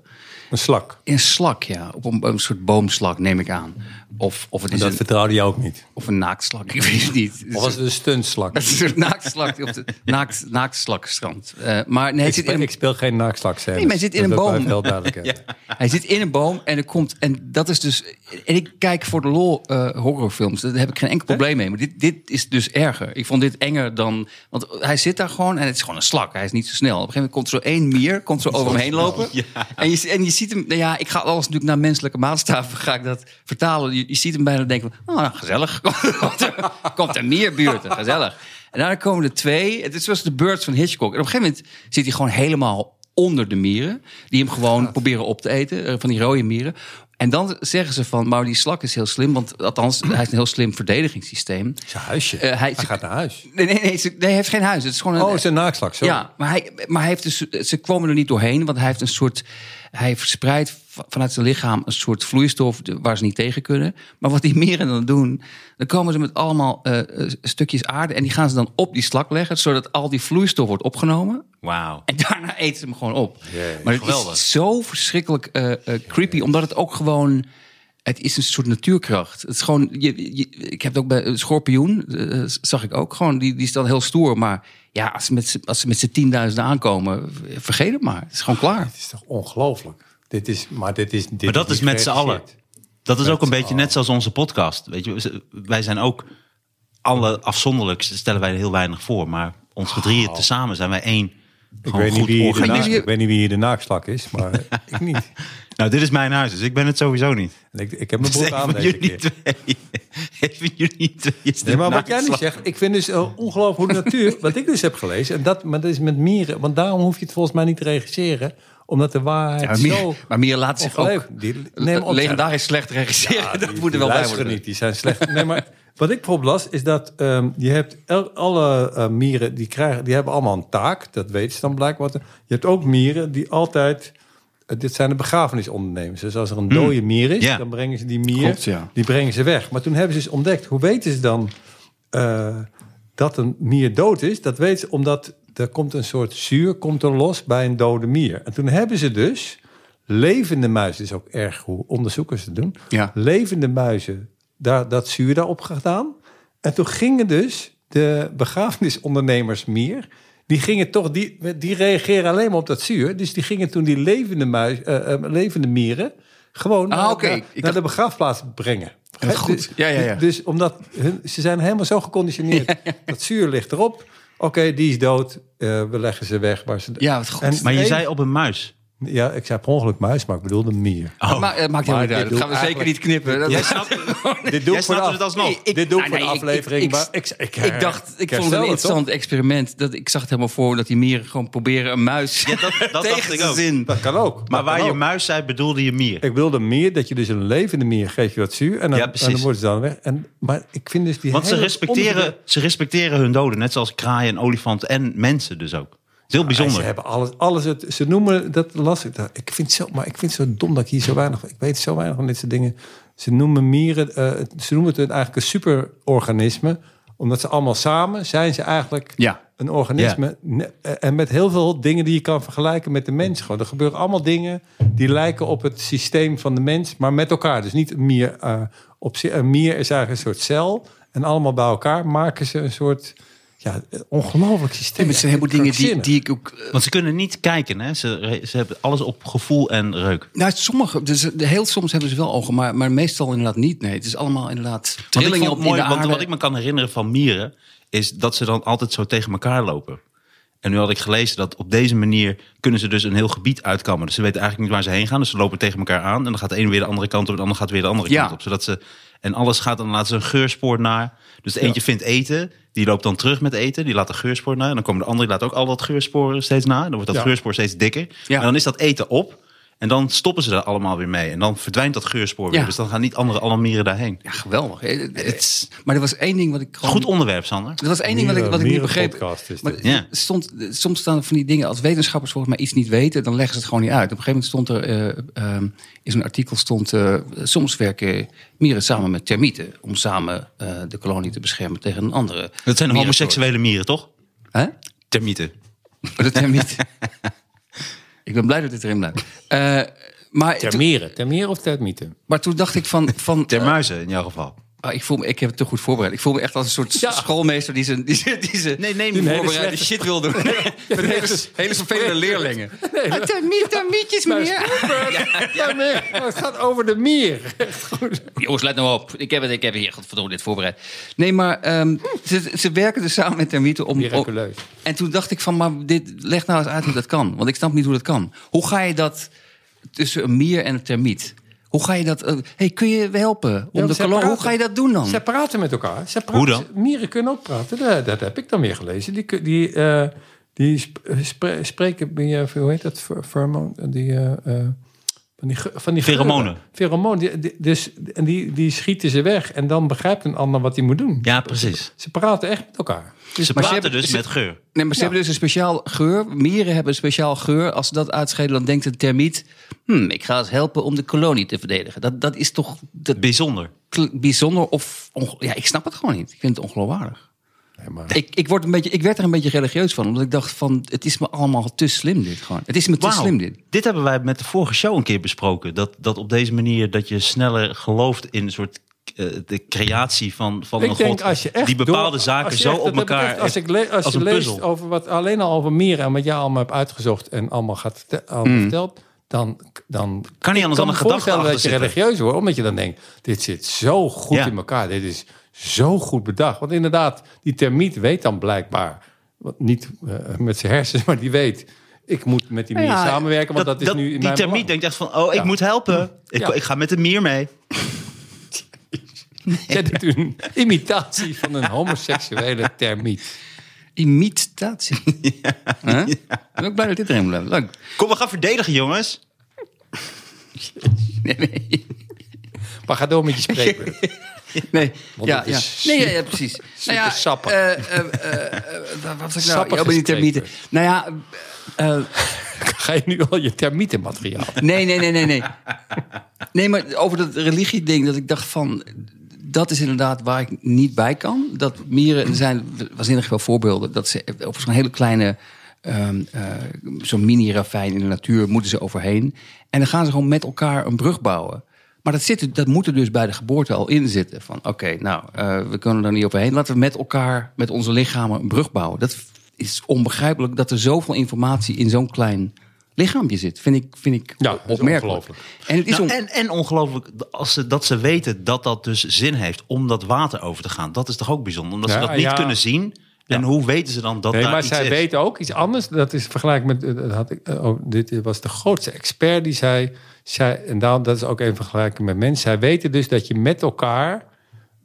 Speaker 3: Een slak.
Speaker 4: Een slak, ja. Op een, een soort boomslak, neem ik aan. Of, of het is
Speaker 3: Dat
Speaker 4: een,
Speaker 3: vertrouwde je ook niet.
Speaker 4: of een naaktslak, ik weet het niet.
Speaker 3: Of was het een stuntslak?
Speaker 4: Het is een soort naaktslak op de naakt, naaktslakstrand. Eh, maar nee,
Speaker 3: Ik
Speaker 4: het zit
Speaker 3: speel,
Speaker 4: in
Speaker 3: ik
Speaker 4: een,
Speaker 3: speel geen naakslak.
Speaker 4: Nee, maar hij zit in een boom.
Speaker 3: Wel duidelijk, hebben.
Speaker 4: hij zit in een boom en er komt... En dat is dus... En ik kijk voor de lol eh, horrorfilms. Daar heb ik geen enkel probleem mee. Maar dit, dit is dus erger. Ik vond dit enger dan... Want hij zit daar gewoon en het is gewoon een slak. Hij is niet zo snel. Op een gegeven moment komt er zo één mier, komt zo over hem heen lopen. En, je, en je ziet hem... Nou ja, ik ga alles natuurlijk naar menselijke maatstaven ga ik dat vertalen. Je, je ziet hem bijna denken van... Oh, nou, gezellig. komt, er, komt er meer buurten. Gezellig. En daarna komen er twee. Het is zoals de Birds van Hitchcock. En op een gegeven moment zit hij gewoon helemaal onder de mieren. Die hem gewoon proberen op te eten. eh, Van die rode mieren. En dan zeggen ze van, maar die slak is heel slim. Want althans, hij heeft een heel slim verdedigingssysteem.
Speaker 3: Zijn huisje.
Speaker 4: Eh, hij-
Speaker 3: hij, gaat naar huis.
Speaker 4: Nee, nee, nee, ze- nee, hij heeft geen huis. Het is gewoon een,
Speaker 3: Oh, zijn naakslak. Sorry.
Speaker 4: ja, maar, hij, maar hij heeft dus, ze kwamen er niet doorheen, want hij heeft een soort. Hij verspreidt v- vanuit zijn lichaam een soort vloeistof de- waar ze niet tegen kunnen. Maar wat die mieren dan doen, dan komen ze met allemaal eh, eh, stukjes aarde en die gaan ze dan op die slak leggen, zodat al die vloeistof wordt opgenomen.
Speaker 2: Wauw.
Speaker 4: En daarna eten ze hem gewoon op.
Speaker 3: Jee,
Speaker 4: maar het
Speaker 2: geweldig.
Speaker 4: is zo verschrikkelijk eh, eh, creepy, omdat het ook gewoon. Het is een soort natuurkracht. Het is gewoon. Je, je- ik heb het ook bij een schorpioen, eh, zag ik ook gewoon. Die, die is dan heel stoer. Maar ja, als ze met, z'n- als ze met z'n tienduizenden aankomen, vergeet het maar. Het is gewoon klaar.
Speaker 3: Het is toch ongelooflijk. Dit is, maar dit is... Dit
Speaker 2: Maar dat is
Speaker 3: niet
Speaker 2: met z'n allen.
Speaker 3: geregisseerd.
Speaker 2: Dat is ook een beetje net zoals onze podcast. Weet je, we z- wij zijn ook alle afzonderlijk stellen wij heel weinig voor, maar ons gedrieën tezamen zijn wij één.
Speaker 3: Ik
Speaker 2: gewoon
Speaker 3: weet, niet
Speaker 2: goed
Speaker 3: wie hier de
Speaker 2: organisme.
Speaker 3: naak- ik weet niet wie hier de naakslak is, maar ik niet.
Speaker 2: Nou, dit is mijn huis, dus ik ben het sowieso niet.
Speaker 3: En ik, ik heb mijn
Speaker 2: Het is
Speaker 3: broek
Speaker 2: een
Speaker 3: aan
Speaker 2: van
Speaker 3: deze
Speaker 2: jullie
Speaker 3: keer.
Speaker 2: twee. Een van jullie twee. is de
Speaker 3: Nee, maar wat jij nu
Speaker 2: naaktslag.
Speaker 3: zegt, ik vind dus eh, ongelooflijk hoe de natuur... wat ik dus heb gelezen, en dat, maar dat is met mieren... want daarom hoef je het volgens mij niet te regisseren... omdat de waarheid
Speaker 4: Ja, maar,
Speaker 3: zo...
Speaker 4: mieren, maar mieren laten zich ook.
Speaker 3: ongelooflijk- die nemen
Speaker 4: Neem
Speaker 3: op, ja.
Speaker 4: legendarisch slecht regisseren. dat
Speaker 3: Ah, die-
Speaker 4: moet er
Speaker 3: die
Speaker 4: wel bij
Speaker 3: luisteren
Speaker 4: worden.
Speaker 3: niet, die zijn slecht. Nee, maar wat ik bijvoorbeeld las, is dat ehm, je hebt el- alle eh, mieren, die, krijgen, die hebben allemaal een taak. Dat weten ze dan blijkbaar. Je hebt ook mieren die altijd... eh, dit zijn de begrafenisondernemers. Dus als er een dode mier is,
Speaker 2: Ja.
Speaker 3: dan brengen ze die mier...
Speaker 4: Hmm. Klopt, ja.
Speaker 3: Die brengen ze weg. Maar toen hebben ze eens ontdekt, hoe weten ze dan... eh, dat een mier dood is? Dat weten ze omdat er komt een soort zuur komt er los bij een dode mier. En toen hebben ze dus levende muizen... is ook erg hoe onderzoekers het doen
Speaker 4: Ja.
Speaker 3: levende muizen daar, dat zuur daarop gedaan. En toen gingen dus de begrafenisondernemers meer. Die gingen toch, die, die reageren alleen maar op dat zuur. Dus die gingen toen die levende, muis, eh, eh, levende mieren gewoon
Speaker 4: Ah,
Speaker 3: naar,
Speaker 4: oké.
Speaker 3: naar-
Speaker 4: Ik
Speaker 3: naar
Speaker 4: dacht-
Speaker 3: de begraafplaats brengen.
Speaker 4: Ja,
Speaker 3: Hè,
Speaker 4: goed.
Speaker 3: Dus,
Speaker 4: Ja, ja, ja.
Speaker 3: dus omdat hun, ze zijn helemaal zo geconditioneerd. Dat zuur ligt erop. Oké, die is dood. Eh, we leggen ze weg. Waar ze,
Speaker 4: Ja, wat goed.
Speaker 3: En-
Speaker 2: Maar je
Speaker 3: Nee.
Speaker 2: zei op een muis.
Speaker 3: ja, ik zei per ongeluk muis, maar ik bedoelde mier.
Speaker 4: Maar, eh, het maakt helemaal
Speaker 3: Oh. Maar Ah,
Speaker 4: niet uit.
Speaker 3: dit
Speaker 4: Dat gaan we
Speaker 3: doet
Speaker 4: zeker niet knippen. Dat-
Speaker 2: Jij snapt,
Speaker 3: Dit doe
Speaker 2: jij
Speaker 3: ik voor de
Speaker 2: snapt
Speaker 3: af-
Speaker 2: het alsnog. Nou,
Speaker 4: Nee, ik-
Speaker 3: dit doe ik
Speaker 4: ah,
Speaker 3: voor de
Speaker 4: nee, ik-
Speaker 3: aflevering.
Speaker 4: ik-
Speaker 3: maar ik, ik,
Speaker 4: Ik dacht, ik vond het
Speaker 3: herstel
Speaker 4: een
Speaker 3: toch?
Speaker 4: interessant experiment. Dat, ik zag het helemaal voor me dat die mieren gewoon proberen een muis
Speaker 2: Ja, dat- dat dacht
Speaker 4: tegen
Speaker 2: ik
Speaker 4: zijn
Speaker 2: ook.
Speaker 4: zin.
Speaker 3: Dat kan ook.
Speaker 2: Maar
Speaker 3: Dat
Speaker 2: waar
Speaker 3: kan
Speaker 2: je
Speaker 3: ook.
Speaker 2: muis zei, bedoelde je mier.
Speaker 3: Ik wilde meer dat je dus een levende mier geeft je wat zuur. En dan,
Speaker 2: Ja,
Speaker 3: en
Speaker 2: precies.
Speaker 3: dan worden ze dan weg. En, maar ik vind dus die
Speaker 2: Want ze
Speaker 3: hele
Speaker 2: respecteren,
Speaker 3: onderzoek-
Speaker 2: ze respecteren hun doden. Net zoals kraaien, olifanten en mensen dus ook. Het is heel
Speaker 3: Ze
Speaker 2: bijzonder.
Speaker 3: hebben alles, alles het, ze noemen dat las ik. daar. Ik vind zo, maar ik vind het zo dom dat ik hier zo weinig. Ik weet zo weinig van dit soort dingen. Ze noemen mieren, eh, ze noemen het eigenlijk een superorganisme, omdat ze allemaal samen zijn ze eigenlijk
Speaker 4: Ja.
Speaker 3: een organisme. Ne- eh, En met heel veel dingen die je kan vergelijken met de mens. Gewoon. Er gebeuren allemaal dingen die lijken op het systeem van de mens, maar met elkaar. Dus niet een mier. eh, op, zi- een mier is eigenlijk een soort cel. En allemaal bij elkaar maken ze een soort ja, ongelooflijk systeem.
Speaker 4: En met zijn heleboel dingen die,
Speaker 3: Krankzinnig.
Speaker 4: die ik ook... eh,
Speaker 2: Want ze kunnen niet kijken. Hè? Ze, re- ze hebben alles op gevoel en reuk.
Speaker 4: Nou, sommige, dus eh, heel soms hebben ze wel ogen, maar, maar meestal inderdaad niet. Nee, het is allemaal inderdaad
Speaker 2: Want ik
Speaker 4: trillingen
Speaker 2: vond
Speaker 4: op
Speaker 2: het
Speaker 4: mooi,
Speaker 2: mooi,
Speaker 4: in de
Speaker 2: want
Speaker 4: aarde.
Speaker 2: wat ik me kan herinneren van mieren... is dat ze dan altijd zo tegen elkaar lopen. En nu had ik gelezen dat op deze manier... kunnen ze dus een heel gebied uitkammen. Dus ze weten eigenlijk niet waar ze heen gaan. Dus ze lopen tegen elkaar aan. En dan gaat de een weer de andere kant op. En de ander gaat weer de andere
Speaker 4: Ja.
Speaker 2: kant op. Zodat ze, en alles gaat dan laten ze een geurspoor naar. Dus de eentje vindt eten. Die loopt dan terug met eten. Die laat een geurspoor na. En dan komen de andere die laat ook al dat geurspoor steeds na. Dan wordt dat
Speaker 3: Ja.
Speaker 2: geurspoor steeds dikker.
Speaker 4: Ja.
Speaker 2: En dan is dat eten op. En dan stoppen ze er allemaal weer mee. En dan verdwijnt dat geurspoor weer.
Speaker 4: Ja.
Speaker 2: Dus dan gaan niet andere alle mieren daarheen.
Speaker 4: Ja, geweldig. Eh, eh,
Speaker 2: Het is-
Speaker 4: Maar er was één ding wat ik gewoon...
Speaker 2: Goed onderwerp, Sander.
Speaker 4: Er was één ding wat ik, wat ik niet
Speaker 3: Mieren-
Speaker 4: begreep.
Speaker 3: mierenpodcast is
Speaker 4: Maar
Speaker 3: dit.
Speaker 2: Ja.
Speaker 4: stond, soms staan er van die dingen, als wetenschappers volgens mij iets niet weten, dan leggen ze het gewoon niet uit. Op een gegeven moment stond er, eh, ehm, in zo'n artikel stond, eh, soms werken mieren samen met termieten om samen eh, de kolonie te beschermen tegen een andere.
Speaker 2: Dat zijn
Speaker 4: mierensoort.
Speaker 2: homoseksuele mieren, toch?
Speaker 4: Hè?
Speaker 2: Termieten.
Speaker 4: Oh, De termieten. ik ben blij dat dit erin blijft. Eh, Maar, toen,
Speaker 5: Termeren. Termeren of termieten?
Speaker 4: maar toen dacht ik van... van
Speaker 2: Ter muizen in jouw geval.
Speaker 4: ah, ik, voel me, ik heb het te goed voorbereid. Ik voel me echt als een soort
Speaker 5: Ja.
Speaker 4: schoolmeester die zijn, die zijn, die zijn
Speaker 2: Nee, neem
Speaker 4: die
Speaker 2: niet.
Speaker 4: voorbereide shit wil doen. Met hele, hele vervelende leerlingen. Ah, termiet- Termietjes, meneer.
Speaker 3: Ja, nee, maar het gaat over de mier.
Speaker 4: Jongens, let nou op. Ik heb, het, ik heb hier godverdomme dit voorbereid. Nee, maar ehm, ze, ze werken dus samen met termieten om... om
Speaker 3: Miraculeus.
Speaker 4: en toen dacht ik van, maar dit, leg nou eens uit hoe dat kan. Want ik snap niet hoe dat kan. Hoe ga je dat tussen een mier en een termiet? Hoe ga je dat... eh, hey, kun je helpen? Om
Speaker 3: Ja,
Speaker 4: de
Speaker 3: ze
Speaker 4: kolom, hoe
Speaker 3: praten.
Speaker 4: ga je dat doen dan?
Speaker 3: Zij praten met elkaar. Zij praten-
Speaker 2: Hoe dan?
Speaker 3: Mieren kunnen ook praten. Dat, dat heb ik dan weer gelezen. Die, kun- die, eh, die sp- eh, spre- spreken meer, hoe heet dat? Fer- Fermo, die, eh, eh, van die, ge- van die geuren.
Speaker 2: Pheromonen.
Speaker 3: Pheromonen. Die, die- dus, en die, die schieten ze weg. En dan begrijpt een ander wat hij moet doen.
Speaker 2: Ja, precies.
Speaker 3: Ze praten echt met elkaar.
Speaker 2: Ze
Speaker 4: Maar ze
Speaker 2: praten
Speaker 4: hebben-
Speaker 2: dus
Speaker 4: ze-
Speaker 2: met geur.
Speaker 4: Nee, maar ze hebben dus een speciaal geur. Mieren hebben een speciaal geur. Als ze dat uitscheiden, dan denkt een termiet... Hmm, ik ga eens helpen om de kolonie te verdedigen. Dat, dat is toch dat
Speaker 2: Bijzonder.
Speaker 4: kl- bijzonder of... onge- Ja, ik snap het gewoon niet. Ik vind het ongeloofwaardig.
Speaker 3: Nee, maar...
Speaker 4: Ik, ik, word een beetje, ik werd er een beetje religieus van. Omdat ik dacht van, het is me allemaal te slim dit gewoon. Het is me te
Speaker 2: Wauw.
Speaker 4: slim dit.
Speaker 2: Dit hebben wij met de vorige show een keer besproken. Dat, dat op deze manier dat je sneller gelooft in een soort eh, de creatie van, van een
Speaker 3: Ik denk
Speaker 2: god.
Speaker 3: als je echt
Speaker 2: die bepaalde
Speaker 3: door-
Speaker 2: zaken
Speaker 3: als je
Speaker 2: zo
Speaker 3: echt-
Speaker 2: op
Speaker 3: dat heb ik
Speaker 2: elkaar... eh,
Speaker 3: echt- als, ik le- als,
Speaker 2: als
Speaker 3: je
Speaker 2: een
Speaker 3: leest
Speaker 2: puzzel.
Speaker 3: over wat alleen al over mieren en wat jij allemaal hebt uitgezocht en allemaal gaat vertel- allemaal verteld, dan dan
Speaker 2: Mm. Kan niet
Speaker 3: ik
Speaker 2: anders dan een
Speaker 3: me
Speaker 2: gedachte
Speaker 3: voorstellen
Speaker 2: achter
Speaker 3: dat je
Speaker 2: zitten.
Speaker 3: religieus wordt, omdat je dan denkt: dit zit zo goed
Speaker 2: Ja.
Speaker 3: in elkaar, dit is zo goed bedacht. Want inderdaad, die termiet weet dan blijkbaar, wat niet eh, met zijn hersens, maar die weet. Ik moet met die mier
Speaker 4: Ja,
Speaker 3: samenwerken, want dat, is nu in
Speaker 2: die
Speaker 3: mijn
Speaker 2: termiet
Speaker 3: belang.
Speaker 2: denkt echt van, oh, ik moet helpen. Ik,
Speaker 3: Ja.
Speaker 2: ik ga met de mier mee.
Speaker 3: Jij doet een imitatie van een homoseksuele termiet.
Speaker 4: Imitatie. Huh? Ik ben ook blij dat dit erin blijft. Leuk.
Speaker 2: Kom, we gaan verdedigen, jongens.
Speaker 4: Nee, nee.
Speaker 3: Maar ga door met je spreekbeurt.
Speaker 4: Nee,
Speaker 3: Want
Speaker 4: ja,
Speaker 3: het
Speaker 4: ja.
Speaker 3: is
Speaker 4: nee ja, ja, precies. nou ja,
Speaker 3: sappig.
Speaker 4: eh, eh, eh, eh, wat was ik nou?
Speaker 3: Sappig
Speaker 4: Ja, bij die termieten.
Speaker 3: gesprek.
Speaker 4: Nou ja, eh, eh,
Speaker 3: Ga je nu al je termietenmateriaal?
Speaker 4: nee, nee, nee, nee, nee. Nee, maar over dat religie-ding, dat ik dacht van... Dat is inderdaad waar ik niet bij kan. Dat mieren, er zijn waanzinnig veel voorbeelden. Dat ze over zo'n hele kleine, ehm, eh, zo'n mini-ravijn in de natuur moeten ze overheen. En dan gaan ze gewoon met elkaar een brug bouwen. Maar dat, zit, er- dat moet er dus bij de geboorte al in zitten. Van oké, nou, eh, we kunnen er niet overheen. Laten we met elkaar, met onze lichamen, een brug bouwen. Dat is onbegrijpelijk dat er zoveel informatie in zo'n klein lichaampje zit. Vind ik, vind ik
Speaker 3: Ja, dat is
Speaker 4: opmerkelijk.
Speaker 3: ongelooflijk.
Speaker 4: En het is
Speaker 2: Nou,
Speaker 4: on-
Speaker 2: en, en ongelooflijk als ze, dat ze weten dat dat dus zin heeft om dat water over te gaan. Dat is toch ook bijzonder, omdat ze
Speaker 3: Ja,
Speaker 2: dat niet
Speaker 3: ja.
Speaker 2: kunnen zien. En hoe weten ze dan dat
Speaker 3: Nee,
Speaker 2: daar
Speaker 3: maar
Speaker 2: Nou, iets
Speaker 3: zij
Speaker 2: is?
Speaker 3: weten ook iets anders. Dat is vergelijk met. eh, Dat had ik, eh, oh, dit was de grootste expert die zei, zei. En daarom, dat is ook even vergelijking met mensen. Zij weten dus dat je met elkaar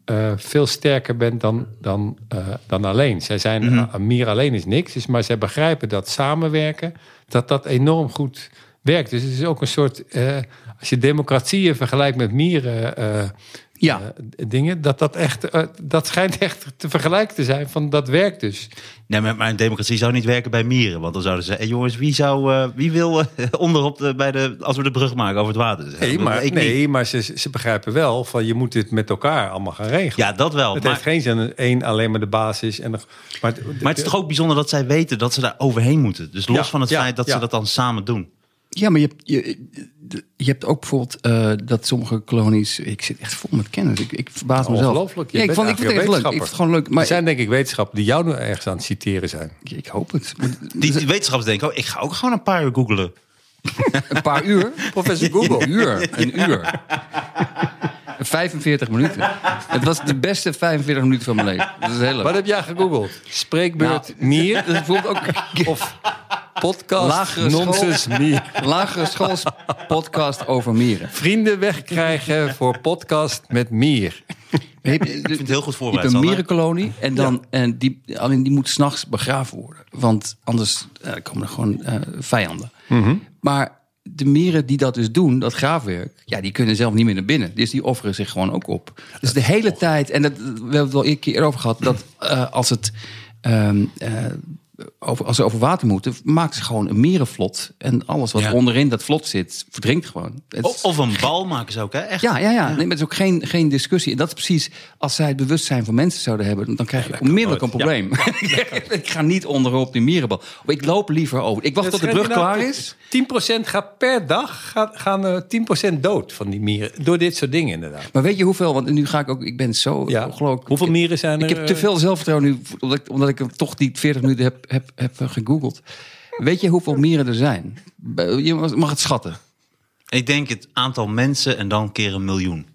Speaker 3: eh, veel sterker bent dan, dan, eh, dan alleen. Zij zijn.
Speaker 2: Mhm.
Speaker 3: eh, een mier alleen is niks. Dus, maar zij begrijpen dat samenwerken. dat dat enorm goed werkt. Dus het is ook een soort. eh, als je democratieën vergelijkt met mieren. eh,
Speaker 4: ja.
Speaker 3: eh, dingen, dat dat echt, eh, dat schijnt echt te vergelijken te zijn van dat werkt dus.
Speaker 2: Nee, maar, maar een democratie zou niet werken bij mieren. Want dan zouden ze zeggen, hey, jongens, wie, zou, eh, wie wil eh, onderop de, bij de, als we de brug maken over het water? Zeggen,
Speaker 3: Nee, maar,
Speaker 2: ik niet.
Speaker 3: nee, maar ze, ze begrijpen wel van je moet dit met elkaar allemaal gaan regelen.
Speaker 2: Ja, dat wel.
Speaker 3: het
Speaker 2: maar,
Speaker 3: heeft geen zin dat één alleen maar de basis en de, maar,
Speaker 2: maar het is toch ook bijzonder dat zij weten dat ze daar overheen moeten. Dus los
Speaker 3: Ja,
Speaker 2: van het
Speaker 3: ja,
Speaker 2: feit dat
Speaker 3: ja.
Speaker 2: ze dat dan samen doen.
Speaker 4: Ja, maar je, hebt- je, je hebt ook bijvoorbeeld eh, dat sommige kolonies... Ik zit echt vol met kennis. Ik, ik verbaas mezelf.
Speaker 3: ongelooflijk. Je
Speaker 4: Ja, ik
Speaker 3: bent
Speaker 4: vond, ik vond het echt leuk. Ik
Speaker 3: eigenlijk
Speaker 4: vond het gewoon leuk. Maar
Speaker 3: er zijn denk ik wetenschappen die jou nu ergens aan het citeren zijn.
Speaker 4: ik, ik hoop het.
Speaker 2: Die
Speaker 3: Dus-
Speaker 2: wetenschappers denken, oh, ik ga ook gewoon een paar uur googlen.
Speaker 4: Een paar uur. Professor Google. Een uur. Een uur. 45 minuten. Het was de beste 45 minuten van mijn leven. Dat is heel leuk.
Speaker 3: Wat heb jij gegoogeld? Spreekbeurt
Speaker 4: Nou,
Speaker 3: mier
Speaker 4: Dat is bijvoorbeeld ook
Speaker 3: of podcast
Speaker 4: Lagere school.
Speaker 3: nonsens mier?
Speaker 4: lagere schoolspodcast over mieren.
Speaker 3: Vrienden wegkrijgen voor podcast met mier.
Speaker 4: Je hebt- je-
Speaker 2: het heel goed
Speaker 4: je hebt
Speaker 2: voorbereid,
Speaker 4: een
Speaker 2: Sander.
Speaker 4: mierenkolonie en, dan, en die, alleen die moet s'nachts begraven worden. Want anders eh, komen er gewoon eh, vijanden.
Speaker 2: Mhm.
Speaker 4: Maar de mieren die dat dus doen, dat graafwerk... ja, die kunnen zelf niet meer naar binnen. Dus die offeren zich gewoon ook op. Dus de hele tijd, en dat, we hebben het wel een keer over gehad... dat eh, als het... ehm, eh, over, als ze over water moeten, maakt ze gewoon een merenvlot. En alles wat
Speaker 2: Ja.
Speaker 4: onderin dat vlot zit, verdrinkt gewoon. Het
Speaker 2: O- Of een bal maken ze ook, hè? Echt.
Speaker 4: ja, ja, ja. Nee, maar het is ook geen, geen discussie. En dat is precies, als zij het bewustzijn van mensen zouden hebben, dan krijg je onmiddellijk een probleem. ik ga niet onderop die mierenbal. Of ik loop liever over. Ik wacht tot de brug
Speaker 3: nou
Speaker 4: klaar is.
Speaker 3: 10% gaat per dag gaat, gaan eh 10% dood van die mieren. Door dit soort dingen inderdaad.
Speaker 4: Maar weet je hoeveel? Want nu ga ik ook, ik ben zo
Speaker 3: Ja.
Speaker 4: ongelooflijk.
Speaker 3: Hoeveel
Speaker 4: ik-
Speaker 3: mieren zijn er?
Speaker 4: Ik heb te
Speaker 3: eh?
Speaker 4: veel zelfvertrouwen nu, omdat ik, omdat ik hem toch die 40 minuten heb, heb, heb eh, gegoogeld. Weet je hoeveel mieren er zijn? Je mag het schatten.
Speaker 2: Ik denk het aantal mensen en dan keer een miljoen.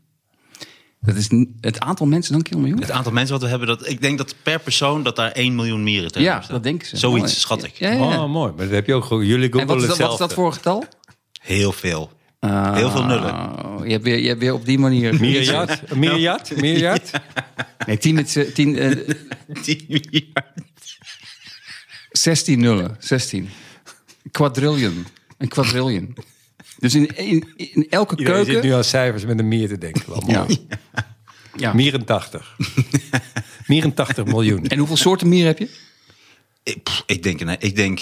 Speaker 4: Dat is n- het aantal mensen, dan keer een miljoen.
Speaker 2: Het aantal mensen wat we hebben, dat, ik denk dat per persoon dat daar 1 miljoen mieren tegen
Speaker 4: Ja,
Speaker 2: staan.
Speaker 4: dat denken ze.
Speaker 2: Zoiets,
Speaker 4: Mooi.
Speaker 2: schat ik.
Speaker 4: Ja, ja, ja.
Speaker 3: Oh, mooi. Maar dat heb je ook goed. Jullie
Speaker 4: En wat
Speaker 3: googelen
Speaker 4: is, dat, wat is dat
Speaker 3: hetzelfde.
Speaker 4: voor getal?
Speaker 2: Heel veel. Heel veel nullen.
Speaker 4: Oh, Eh, je, hebt weer, je hebt weer op die manier...
Speaker 3: Miljard? Een Miljard? Een Miljard?
Speaker 4: Nee, 10 met z'n- 10, eh,
Speaker 2: 10 miljard.
Speaker 4: 16 nullen. 16. Quadrillion. Een quadrillion. Dus in, in, in elke
Speaker 3: Iedereen zit
Speaker 4: keuken...
Speaker 3: nu aan cijfers met een mier te denken. Wel
Speaker 4: Ja.
Speaker 3: mooi.
Speaker 4: Ja.
Speaker 3: Mieren 80. Mieren 80 miljoen.
Speaker 4: En hoeveel soorten mieren heb je?
Speaker 2: Ik, pff, ik denk, nee, ik denk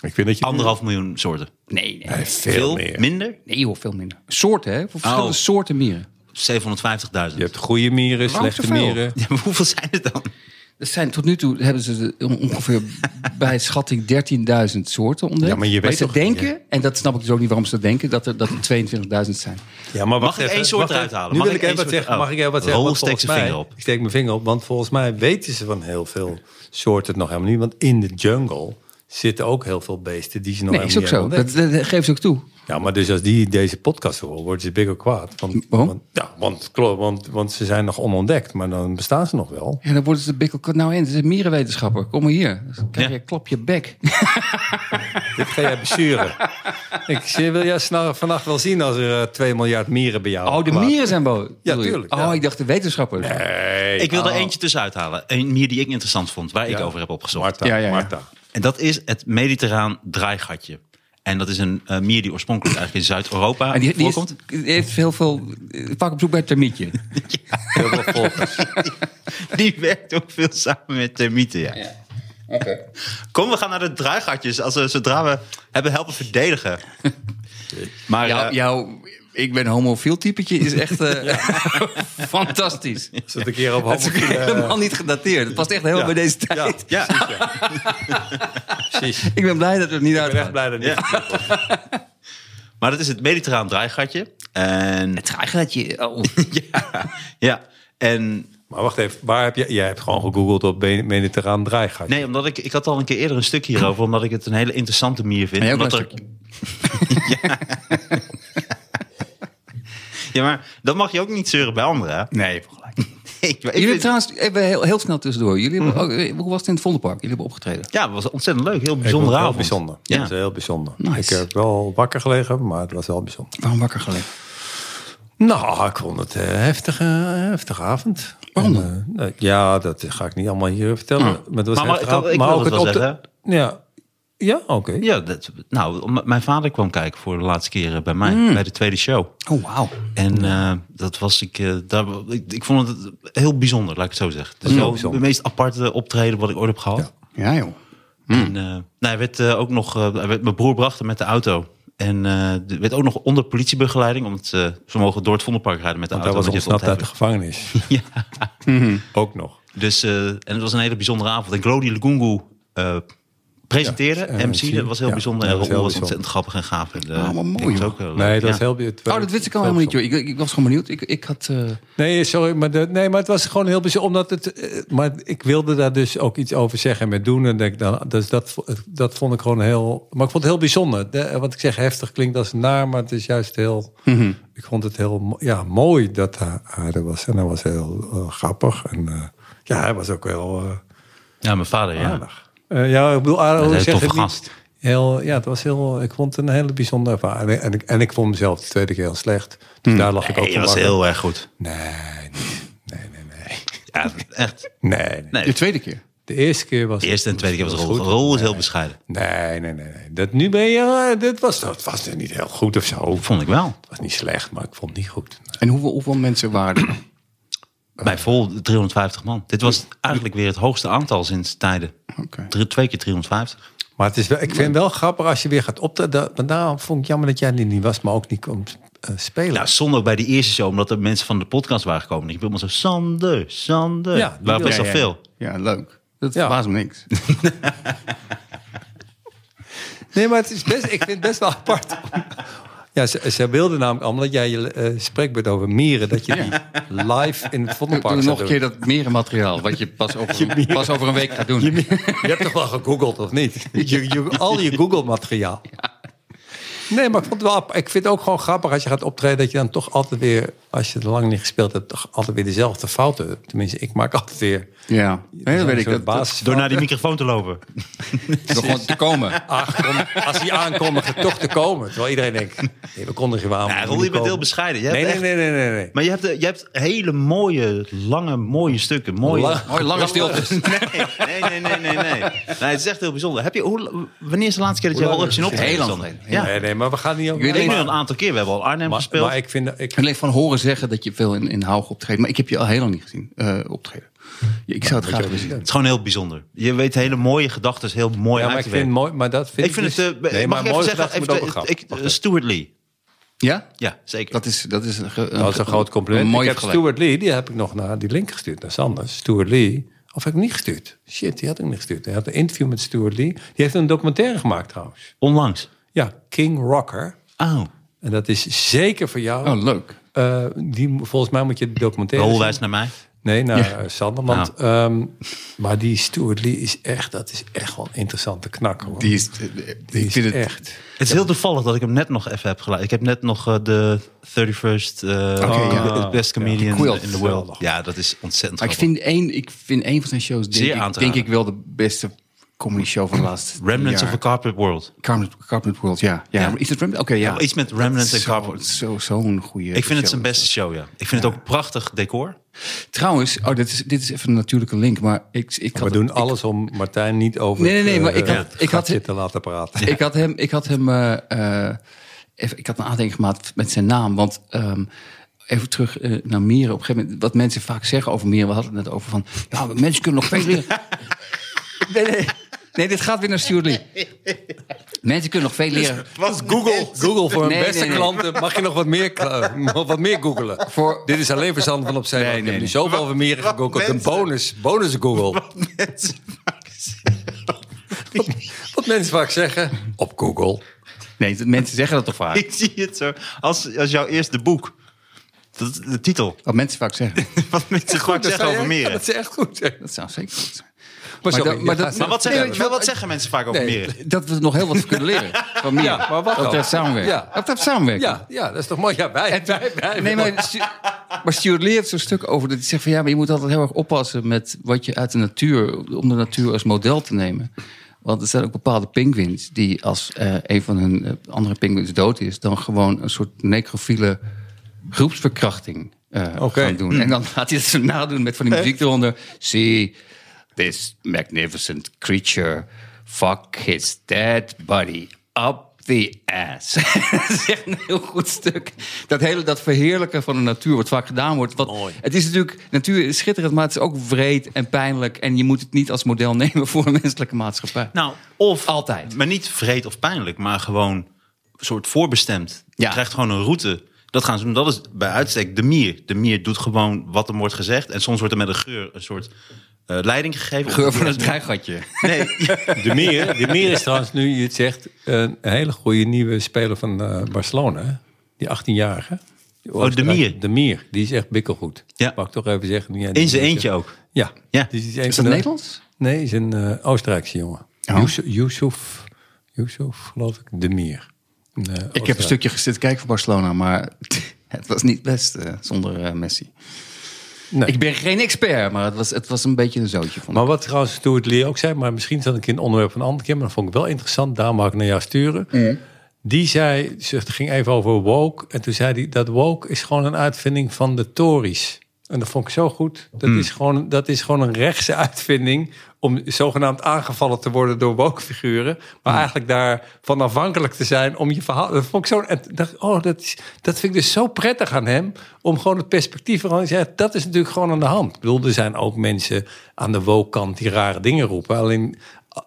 Speaker 3: Ik vind dat je...
Speaker 2: anderhalf miljoen soorten.
Speaker 4: Nee, nee.
Speaker 3: Nee, veel,
Speaker 2: Veel
Speaker 3: meer.
Speaker 2: minder?
Speaker 4: Nee hoor, veel minder. Soorten, hè? Voor verschillende
Speaker 2: Oh.
Speaker 4: soorten mieren.
Speaker 2: 750.000.
Speaker 3: Je hebt goede mieren,
Speaker 4: Waarom
Speaker 3: slechte
Speaker 4: zoveel?
Speaker 3: mieren.
Speaker 2: Ja, maar hoeveel zijn het dan?
Speaker 4: Dat zijn, tot nu toe hebben ze de- ongeveer bij schatting 13.000 soorten ontdekt.
Speaker 3: Ja, maar je weet
Speaker 4: ze
Speaker 3: toch-
Speaker 4: denken, en dat snap ik dus ook niet waarom ze dat denken, dat er, dat er 22.000 zijn.
Speaker 3: Ja, maar
Speaker 2: Mag ik één soort
Speaker 3: wacht
Speaker 2: eruit
Speaker 3: even.
Speaker 2: halen?
Speaker 3: Nu
Speaker 2: Mag
Speaker 3: wil
Speaker 2: ik één
Speaker 3: ik even wat
Speaker 2: soort-
Speaker 3: zeggen.
Speaker 2: oh.
Speaker 3: Mag ik even wat zeggen?
Speaker 2: Roel
Speaker 3: Want
Speaker 2: steekt
Speaker 3: volgens
Speaker 2: zijn
Speaker 3: mij-
Speaker 2: vinger op.
Speaker 3: Ik steek mijn vinger op, want volgens mij weten ze van heel veel soorten het nog helemaal niet. Want in de jungle zitten ook heel veel beesten die ze nog
Speaker 4: Nee, is
Speaker 3: helemaal niet
Speaker 4: ook zo.
Speaker 3: hebben ontdekt.
Speaker 4: Dat, dat geven ze ook toe.
Speaker 3: Ja, maar dus als die deze podcast horen, worden ze bigger kwaad. Want,
Speaker 4: Waarom?
Speaker 3: Want, ja, want, klo- want, want ze zijn nog onontdekt, maar dan bestaan ze nog wel.
Speaker 4: Ja, dan worden ze de bikkel. Nou, en ze is mierenwetenschapper. Kom maar hier. Dan krijg
Speaker 2: Ja.
Speaker 4: je, klap je bek.
Speaker 3: Dit ga jij besturen. ik zie- wil jij snar- vannacht wel zien als er eh, 2 miljard mieren bij jou
Speaker 4: Oh, de
Speaker 3: kwaad-
Speaker 4: mieren zijn boos.
Speaker 3: Ja,
Speaker 4: bedoel je?
Speaker 3: tuurlijk, ja.
Speaker 4: Oh, ik dacht de wetenschapper.
Speaker 3: Nee,
Speaker 2: Ik wil er eentje tussenuit halen. Een mier die ik interessant vond, waar ik
Speaker 3: Oh. Ja.
Speaker 2: over heb opgezocht.
Speaker 3: Marta,
Speaker 4: Ja, ja, ja.
Speaker 3: Marta.
Speaker 2: En dat is het mediterraan draaigatje. En dat is een eh, mier die oorspronkelijk eigenlijk in Zuid-Europa
Speaker 4: En die, die, is-
Speaker 2: voorkomt.
Speaker 4: die heeft heel veel... eh, Vaak op zoek bij het termietje.
Speaker 3: Heel veel volgers.
Speaker 2: Die werkt ook veel samen met termieten, ja. Kom, we gaan naar de draaigatjes. Als we, zodra we hebben helpen verdedigen. Maar
Speaker 4: Jou-
Speaker 2: eh,
Speaker 4: jouw ik ben homofiel typetje is echt eh, fantastisch.
Speaker 3: Als we het een keer op eh,
Speaker 4: Het is ook
Speaker 3: homofiele-
Speaker 4: helemaal niet gedateerd. Het past echt helemaal bij deze tijd.
Speaker 2: ja,
Speaker 3: Precies.
Speaker 4: Ik ben blij dat het er niet
Speaker 3: Ik ben
Speaker 4: uit
Speaker 3: echt blij dat niet.
Speaker 2: maar dat is het mediterraan draaigatje. En
Speaker 4: Het draaigatje. Oh.
Speaker 2: ja, ja, en
Speaker 3: Maar wacht even, waar heb je, jij hebt gewoon gegoogeld op ben- mediterraan draaigat.
Speaker 2: nee, omdat ik, ik had al een keer eerder een stuk hierover, omdat ik het een hele interessante mier vind.
Speaker 4: En jij ook
Speaker 2: Omdat
Speaker 4: een
Speaker 2: er- ja. ja, maar dat mag je ook niet zeuren bij anderen. hè?
Speaker 4: Nee, gelijk.
Speaker 2: Ik, ik
Speaker 4: Jullie hebben
Speaker 2: vind-
Speaker 4: trouwens, even heel, heel snel tussendoor. Jullie hebben, ook- eh, hoe was het in het Vondelpark? Jullie hebben opgetreden.
Speaker 2: ja, het was ontzettend leuk. Heel
Speaker 3: Ik vond het
Speaker 2: bijzonder
Speaker 3: wel
Speaker 2: avond.
Speaker 3: bijzonder. Ja.
Speaker 2: Ja.
Speaker 3: Dat is heel bijzonder.
Speaker 4: Nice.
Speaker 3: Ik heb wel wakker gelegen, maar het was wel bijzonder.
Speaker 4: Waarom wakker gelegen?
Speaker 3: Nou, ik vond het eh, heftige, heftige avond.
Speaker 4: Waarom
Speaker 3: En, eh, nee, ja, dat ga ik niet allemaal hier vertellen. Maar, het was
Speaker 2: Oh. Maar- maar
Speaker 3: heftig
Speaker 2: ik kan-
Speaker 3: avond.
Speaker 2: ik
Speaker 3: maar
Speaker 2: wil
Speaker 3: ook
Speaker 2: het wel
Speaker 3: op de-
Speaker 2: zeggen.
Speaker 3: Ja, ja oké.
Speaker 2: Ja, dat, nou, om- mijn vader kwam kijken voor de laatste keer eh, bij mij,
Speaker 3: Mm.
Speaker 2: bij de tweede show.
Speaker 4: Oh, wauw.
Speaker 2: En eh, dat was ik, eh, daar, ik, ik vond het heel bijzonder, laat ik het zo zeggen. Het is wel
Speaker 3: bijzonder.
Speaker 2: het meest aparte optreden wat ik ooit heb gehad.
Speaker 4: Ja, joh.
Speaker 3: Mm.
Speaker 2: En, eh, nou, hij werd eh, ook nog, eh, hij werd, mijn broer bracht hem met de auto. En eh, er werd ook nog onder politiebegeleiding, omdat eh, ze mogen door het Vondelpark rijden met de
Speaker 3: Want hij
Speaker 2: auto.
Speaker 3: was
Speaker 2: want je hebt
Speaker 3: ontsnapt uit de
Speaker 2: ontheffing.
Speaker 3: gevangenis. Ook nog.
Speaker 2: Dus, eh, en het was een hele bijzondere avond. En Glody Lugungu eh, presenteerde,
Speaker 3: Ja, en
Speaker 2: MC, dat was heel
Speaker 3: ja,
Speaker 2: bijzonder.
Speaker 3: ja,
Speaker 2: En
Speaker 3: dat
Speaker 2: Roel
Speaker 3: was heel
Speaker 2: was ontzettend grappig en gaaf. En, eh,
Speaker 4: Ah, wat mooi,
Speaker 2: ik vond het
Speaker 4: joh.
Speaker 2: ook, eh,
Speaker 3: Nee,
Speaker 2: leuk,
Speaker 3: dat was
Speaker 2: ja.
Speaker 3: heel... het
Speaker 4: Oh, dat wist ik al helemaal niet, joh. Ik, ik was gewoon benieuwd. Ik, ik had... eh,
Speaker 3: Nee, sorry, maar, de- nee, maar het was gewoon heel bijzonder. Omdat het, eh, maar ik wilde daar dus ook iets over zeggen en met doen. En denk, dan, dus dat, vo- dat vond ik gewoon heel. Maar ik vond het heel bijzonder. De, eh, wat ik zeg heftig klinkt als naar, maar het is juist heel.
Speaker 2: Mhm.
Speaker 3: Ik vond het heel mo- ja, mooi dat hij, hij er was. En hij was heel eh, grappig. En eh, ja, hij was ook heel eh,
Speaker 2: Ja, mijn vader, ja.
Speaker 3: aardig. Eh, ja, ik bedoel, aardig.
Speaker 2: Een
Speaker 3: hoe
Speaker 2: hele
Speaker 3: zeg je
Speaker 2: toffe
Speaker 3: het niet?
Speaker 2: gast.
Speaker 3: Heel, ja, het was heel. Ik vond het een hele bijzondere ervaring. En ik, en ik vond mezelf de tweede keer heel slecht. Dus daar lag ik
Speaker 2: Mhm.
Speaker 3: ook
Speaker 2: Nee,
Speaker 3: van
Speaker 2: dat was
Speaker 3: wakker.
Speaker 2: heel erg goed.
Speaker 3: Nee, niet. nee, nee, nee.
Speaker 2: Ja, echt.
Speaker 3: Nee, nee.
Speaker 2: Nee,
Speaker 4: de
Speaker 2: de
Speaker 4: tweede keer.
Speaker 3: De eerste keer was.
Speaker 2: eerste en tweede keer was
Speaker 3: was
Speaker 2: Rol.
Speaker 3: goed.
Speaker 2: Rol is heel bescheiden.
Speaker 3: Nee, nee, nee, nee. Dat nu ben je. eh, Dit was, dat was niet heel goed of zo. Het
Speaker 2: Vond ik wel.
Speaker 3: was niet slecht, maar ik vond het niet goed.
Speaker 4: En hoeveel, hoeveel mensen waren er?
Speaker 2: Bij vol 350 man. Dit was eigenlijk weer het hoogste aantal sinds tijden.
Speaker 4: Oké.
Speaker 2: Drie- twee keer 350.
Speaker 3: Maar het is wel, ik vind het wel grappig als je weer gaat optreden. Want daarom vond ik jammer dat jij er niet was, maar ook niet kon eh, spelen.
Speaker 2: Ja, Sander ook bij die eerste show, omdat er mensen van de podcast waren gekomen. Ik ben allemaal zo, Sander, Sander.
Speaker 3: Ja,
Speaker 2: Ja,
Speaker 3: die
Speaker 2: waren best
Speaker 4: Ja,
Speaker 2: wel
Speaker 4: ja,
Speaker 2: veel.
Speaker 4: Ja, Ja, leuk. Dat
Speaker 3: Ja.
Speaker 4: verbaast me niks.
Speaker 3: Nee, maar het is best, ik vind het best wel apart. Ja, ze, ze wilden namelijk allemaal dat jij je eh spreekbeurt over mieren. Dat je die live in het
Speaker 4: Doe,
Speaker 3: Vondelpark
Speaker 4: doe
Speaker 3: zou
Speaker 4: nog een
Speaker 3: doen.
Speaker 4: keer dat merenmateriaal, wat je pas over, een, pas over een week gaat doen.
Speaker 3: Je hebt toch wel gegoogeld, of niet? Je, je- al je Google-materiaal. Nee, maar ik, vond het wel, app- ik vind het ook gewoon grappig als je gaat optreden... dat je dan toch altijd weer, als je er lang niet gespeeld hebt... toch altijd weer dezelfde fouten. Tenminste, ik maak altijd weer...
Speaker 4: Ja, nee, dat weet ik. Dat, dat,
Speaker 3: Basis
Speaker 2: Door naar die microfoon te lopen.
Speaker 4: door gewoon te komen.
Speaker 3: als die aankondigen toch te komen. Terwijl iedereen denkt, nee, we kondigen je aan.
Speaker 2: Ja,
Speaker 3: maar
Speaker 2: Roel,
Speaker 3: niet
Speaker 2: je bent heel
Speaker 3: komen.
Speaker 2: bescheiden. Je hebt
Speaker 3: Nee, nee,
Speaker 2: echt-
Speaker 3: nee, nee, nee, nee.
Speaker 2: Maar je hebt, eh, je hebt hele mooie, lange, mooie stukken. Mooie...
Speaker 3: Lang-
Speaker 4: Mooi, lange stilte.
Speaker 2: Nee, nee, nee, nee, nee. nee. Het is echt heel bijzonder. Heb je, hoe, wanneer is de laatste keer dat je
Speaker 3: Hoe
Speaker 2: al
Speaker 3: lang
Speaker 2: hebt zien
Speaker 3: is het?
Speaker 2: optreden?
Speaker 4: Heel lang
Speaker 2: Sander?
Speaker 4: geleden.
Speaker 2: Ja,
Speaker 3: Nee, nee, maar we gaan niet over...
Speaker 4: Ik weet
Speaker 2: Ik nu
Speaker 4: niet, maar-
Speaker 2: een aantal keer. We hebben al Arnhem
Speaker 3: maar,
Speaker 2: gespeeld.
Speaker 3: maar ik vind... dat- Ik,
Speaker 4: Ik leef van horen zeggen dat je veel in, in Haug optreedt. Maar ik heb je al heel lang niet gezien eh, optreden. Ja, ik zou
Speaker 2: Nou,
Speaker 4: het graag willen zien.
Speaker 2: Het is gewoon heel bijzonder. Je weet hele mooie gedachten, heel mooi
Speaker 3: ja, maar
Speaker 2: uit
Speaker 3: ik
Speaker 2: te
Speaker 3: vind
Speaker 2: werken.
Speaker 3: het mooi, maar dat vind
Speaker 2: Ik vind het...
Speaker 3: dus-
Speaker 2: eh, be-
Speaker 3: nee,
Speaker 2: mag
Speaker 3: maar
Speaker 2: ik even
Speaker 3: mooie
Speaker 2: zeggen?
Speaker 3: gedachten moet ook
Speaker 2: Even,
Speaker 3: een grap.
Speaker 2: ik,
Speaker 3: Wacht
Speaker 2: eh, Stuart Lee.
Speaker 4: Ja?
Speaker 2: Ja, zeker.
Speaker 4: Dat is, dat is een, ge-
Speaker 3: Dat is een groot compliment.
Speaker 4: Een
Speaker 3: ik
Speaker 4: mooie
Speaker 3: heb
Speaker 4: vergelijking.
Speaker 3: Stuart Lee, die heb ik nog naar die link gestuurd, naar Sander. Stuart Lee, of heb ik niet gestuurd? Shit, die had ik niet gestuurd. Hij had een interview met Stuart Lee. Die heeft een documentaire gemaakt trouwens.
Speaker 2: Onlangs.
Speaker 3: Ja, King Rocker.
Speaker 2: Oh.
Speaker 3: En dat is zeker voor jou.
Speaker 4: Oh, leuk.
Speaker 3: Eh, die, volgens mij moet je de documentaire
Speaker 2: Roel
Speaker 3: zien.
Speaker 2: wijst naar mij.
Speaker 3: Nee, naar eh, Sander. Want, ehm, maar die Stuart Lee is echt, dat is echt wel een interessante knakker. Hoor.
Speaker 4: Die is, eh,
Speaker 3: Die
Speaker 4: ik vind
Speaker 3: is
Speaker 4: het,
Speaker 3: echt.
Speaker 2: Het is heel toevallig dat ik hem net nog even heb geluisterd. Ik heb net nog eh, de 31st eh,
Speaker 4: ja.
Speaker 2: the Best Comedian
Speaker 4: Quilt.
Speaker 2: in the World. Ja, dat is ontzettend
Speaker 4: Maar ik
Speaker 2: grappig.
Speaker 4: vind, één, ik vind één van zijn shows, denk,
Speaker 2: Zeer aan
Speaker 4: ik,
Speaker 2: te
Speaker 4: denk ik
Speaker 2: raden.
Speaker 4: wel de beste comedy show van de laatste
Speaker 2: Remnants
Speaker 4: jaar.
Speaker 2: of a Carpet World.
Speaker 4: Carpet, Carpet World, ja. ja.
Speaker 2: Ja.
Speaker 4: Is het Remnants? Oké, ja.
Speaker 2: Ja, iets met Remnants
Speaker 4: Dat is
Speaker 2: en
Speaker 4: zo-
Speaker 2: Carpet.
Speaker 4: Zo, zo'n goede
Speaker 2: Ik vind het
Speaker 4: show.
Speaker 2: zijn beste show, ja. Ik vind het ook prachtig decor.
Speaker 4: Trouwens, oh, dit, is, dit is even een natuurlijke link, maar ik, ik
Speaker 3: We
Speaker 4: had...
Speaker 3: doen alles om Martijn niet over
Speaker 4: Nee, nee, nee,
Speaker 3: het,
Speaker 4: maar
Speaker 3: eh,
Speaker 4: ik had- ik had-
Speaker 3: gatje te laten praten.
Speaker 4: Ik had hem, ik had hem, eh, eh, even, ik had een aandenking gemaakt met zijn naam, want ehm, even terug eh, naar Mieren. Op een gegeven moment, wat mensen vaak zeggen over Mieren, we hadden het net over van, ja, mensen kunnen nog veel leren. nee, nee, nee, dit gaat weer naar Stuart Lee. Mensen kunnen nog veel leren.
Speaker 2: Was Google.
Speaker 3: Google voor mijn
Speaker 4: Nee,
Speaker 3: beste
Speaker 4: nee, nee.
Speaker 3: klanten. Mag je nog wat meer, kla- nog wat meer googelen?
Speaker 4: Voor-
Speaker 3: Dit is alleen voor Sander van Opzij.
Speaker 4: Nee,
Speaker 3: want ik
Speaker 4: nee,
Speaker 3: heb nu
Speaker 4: nee.
Speaker 3: zoveel over meer
Speaker 2: wat
Speaker 3: gegoogeld. Een
Speaker 2: mensen-
Speaker 3: bonus, bonus Google. Wat mensen vaak zeggen op Google.
Speaker 4: Nee, dat- mensen zeggen dat toch vaak?
Speaker 2: Ik zie het zo als, als jouw eerste boek. Dat, de titel.
Speaker 4: Wat mensen vaak zeggen.
Speaker 2: Wat mensen gewoon
Speaker 3: Dat
Speaker 2: zeggen
Speaker 3: zei
Speaker 2: over
Speaker 3: jij? Ja,
Speaker 2: meren.
Speaker 3: dat is echt goed. hè.
Speaker 4: Dat zou zeker goed zijn.
Speaker 3: Maar, sorry,
Speaker 4: dat- maar
Speaker 3: je
Speaker 4: dat-
Speaker 3: gaat-
Speaker 2: Maar wat
Speaker 4: Nee,
Speaker 2: zeggen,
Speaker 4: weet je wel,
Speaker 2: wat zeggen mensen vaak over
Speaker 3: Nee.
Speaker 2: meren?
Speaker 4: Dat we nog heel wat kunnen leren van
Speaker 3: Ja,
Speaker 4: Mieren.
Speaker 3: maar wat
Speaker 4: dat
Speaker 3: dan?
Speaker 4: betreft samenwerken.
Speaker 3: Ja.
Speaker 4: Dat betreft samenwerken.
Speaker 3: ja, ja, dat is toch mooi. Ja, wij, wij, wij.
Speaker 4: Nee, maar, Stu- maar Stuart Lee heeft zo'n stuk over dat hij zegt van ja, maar je moet altijd heel erg oppassen met wat je uit de natuur, om de natuur als model te nemen. Want er zijn ook bepaalde pinguïns die als eh, een van hun eh, andere pinguïns dood is, dan gewoon een soort necrofiele groepsverkrachting eh
Speaker 3: Oké.
Speaker 4: gaan doen. En dan gaat hij dat zo nadoen met van die muziek eronder. See this magnificent creature fuck his dead body up the ass. dat is echt een heel goed stuk. Dat hele dat verheerlijken van de natuur wat vaak gedaan wordt. Wat, Het is natuurlijk, natuur is schitterend, maar het is ook wreed en pijnlijk. En je moet het niet als model nemen voor een menselijke maatschappij.
Speaker 2: Nou, of
Speaker 4: Altijd.
Speaker 2: Maar niet vreed of pijnlijk, maar gewoon een soort voorbestemd. Je
Speaker 4: Ja.
Speaker 2: krijgt gewoon een route. Dat gaan ze doen. Dat is bij uitstek de mier. De mier doet gewoon wat er wordt gezegd. En soms wordt er met een geur een soort eh, leiding gegeven.
Speaker 4: Geur van een dreigatje.
Speaker 2: Nee,
Speaker 3: De Mier, de Mier is trouwens nu, je het zegt, een hele goede nieuwe speler van eh, Barcelona. hè? Die 18-jarige. Die
Speaker 2: Oh, De Mier.
Speaker 3: De Mier, die is echt bikkelgoed.
Speaker 2: Ja.
Speaker 3: Mag ik toch even zeggen. nu jij die
Speaker 2: in zijn
Speaker 3: zegt.
Speaker 2: eentje ook.
Speaker 3: Ja.
Speaker 2: Ja.
Speaker 3: Die een
Speaker 4: Is
Speaker 3: van
Speaker 4: dat
Speaker 3: de-
Speaker 4: Nederlands?
Speaker 3: Nee, is een eh, Oostenrijkse jongen.
Speaker 4: Oh.
Speaker 3: Yusuf, Yusuf, Yusuf, geloof ik, De Mier. Een, eh,
Speaker 4: Ik heb
Speaker 3: Oostenrijk.
Speaker 4: een stukje gezeten kijken voor Barcelona, maar het was niet best eh, zonder eh, Messi.
Speaker 3: Nee.
Speaker 4: Ik ben geen expert, maar het was, het was een beetje een zootje van.
Speaker 3: Maar wat trouwens Stuart Lee ook zei, maar misschien zat ik in het onderwerp van een andere keer, maar dat vond ik wel interessant, daarom wou ik naar jou sturen.
Speaker 4: Mm.
Speaker 3: Die zei, ze het ging even over woke, en toen zei hij dat woke is gewoon een uitvinding van de Tories. En dat vond ik zo goed. Dat, is, gewoon, dat is gewoon een rechtse uitvinding om zogenaamd aangevallen te worden door woke-figuren. Maar eigenlijk daarvan afhankelijk te zijn om je verhaal... Dat vond ik zo... en dacht ik, oh, dat, is, dat vind ik dus zo prettig aan hem. Om gewoon het perspectief gewoon te zeggen... Dat is natuurlijk gewoon aan de hand. Ik bedoel, er zijn ook mensen aan de woke-kant die rare dingen roepen. Alleen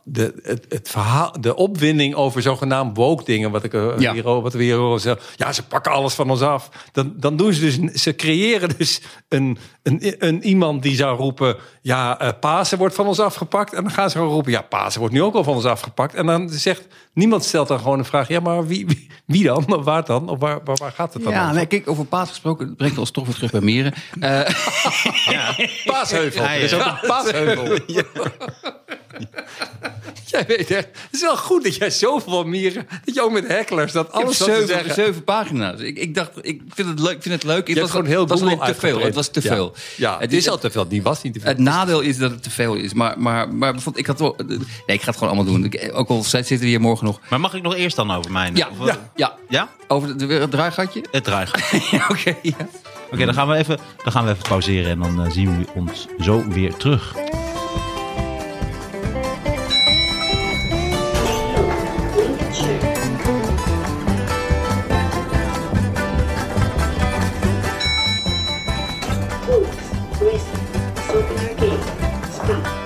Speaker 3: de, het, het verhaal, de opwinding over zogenaamd woke dingen... Wat, ik, eh,
Speaker 4: Ja.
Speaker 3: hier, wat we hier horen zeggen. Ja, ze pakken alles van ons af. Dan, dan doen ze dus... Ze creëren dus een, een, een iemand die zou roepen... Ja, eh Pasen wordt van ons afgepakt. En dan gaan ze gewoon roepen... Ja, Pasen wordt nu ook al van ons afgepakt. En dan zegt... Niemand stelt dan gewoon een vraag... Ja, maar wie, wie, wie dan? Of waar dan? Of waar, waar, waar gaat het dan
Speaker 4: Ja,
Speaker 3: over?
Speaker 4: nee, kijk, over paas gesproken, het brengt ons toch weer terug bij Mieren. Eh,
Speaker 3: Paasheuvel.
Speaker 2: Ja, ja.
Speaker 3: Er is ook een paasheuvel. Jij weet echt, het is wel goed dat jij zoveel van mieren... dat je ook met hacklers dat
Speaker 4: Ik heb
Speaker 3: alles zat te
Speaker 4: zeven,
Speaker 3: zeggen.
Speaker 4: zeven pagina's. Ik, ik dacht, ik vind het leuk. Ik vind het leuk. Het
Speaker 3: Je hebt gewoon heel
Speaker 4: het was
Speaker 3: Google
Speaker 4: alleen te veel.
Speaker 3: uitgeprint.
Speaker 4: Het was te
Speaker 3: Ja.
Speaker 4: veel.
Speaker 3: Ja, het is al te veel. Die was niet te veel.
Speaker 4: Het nadeel is dat het te veel is. Maar, maar, maar bijvoorbeeld, ik had wel. Nee, ik ga het gewoon allemaal doen. Ik- Ook al zitten we hier morgen nog.
Speaker 2: Maar mag ik nog eerst dan over mijn?
Speaker 4: Ja,
Speaker 2: of wat?
Speaker 4: ja. ja.
Speaker 2: ja?
Speaker 4: Over het- weer het draaigatje?
Speaker 2: Het draaigat.
Speaker 4: Ja, Oké. ja.
Speaker 2: Oké, dan gaan we even, dan gaan we even pauzeren en dan eh, zien we ons zo weer terug.
Speaker 5: Hoops, racing, silver arcade, street.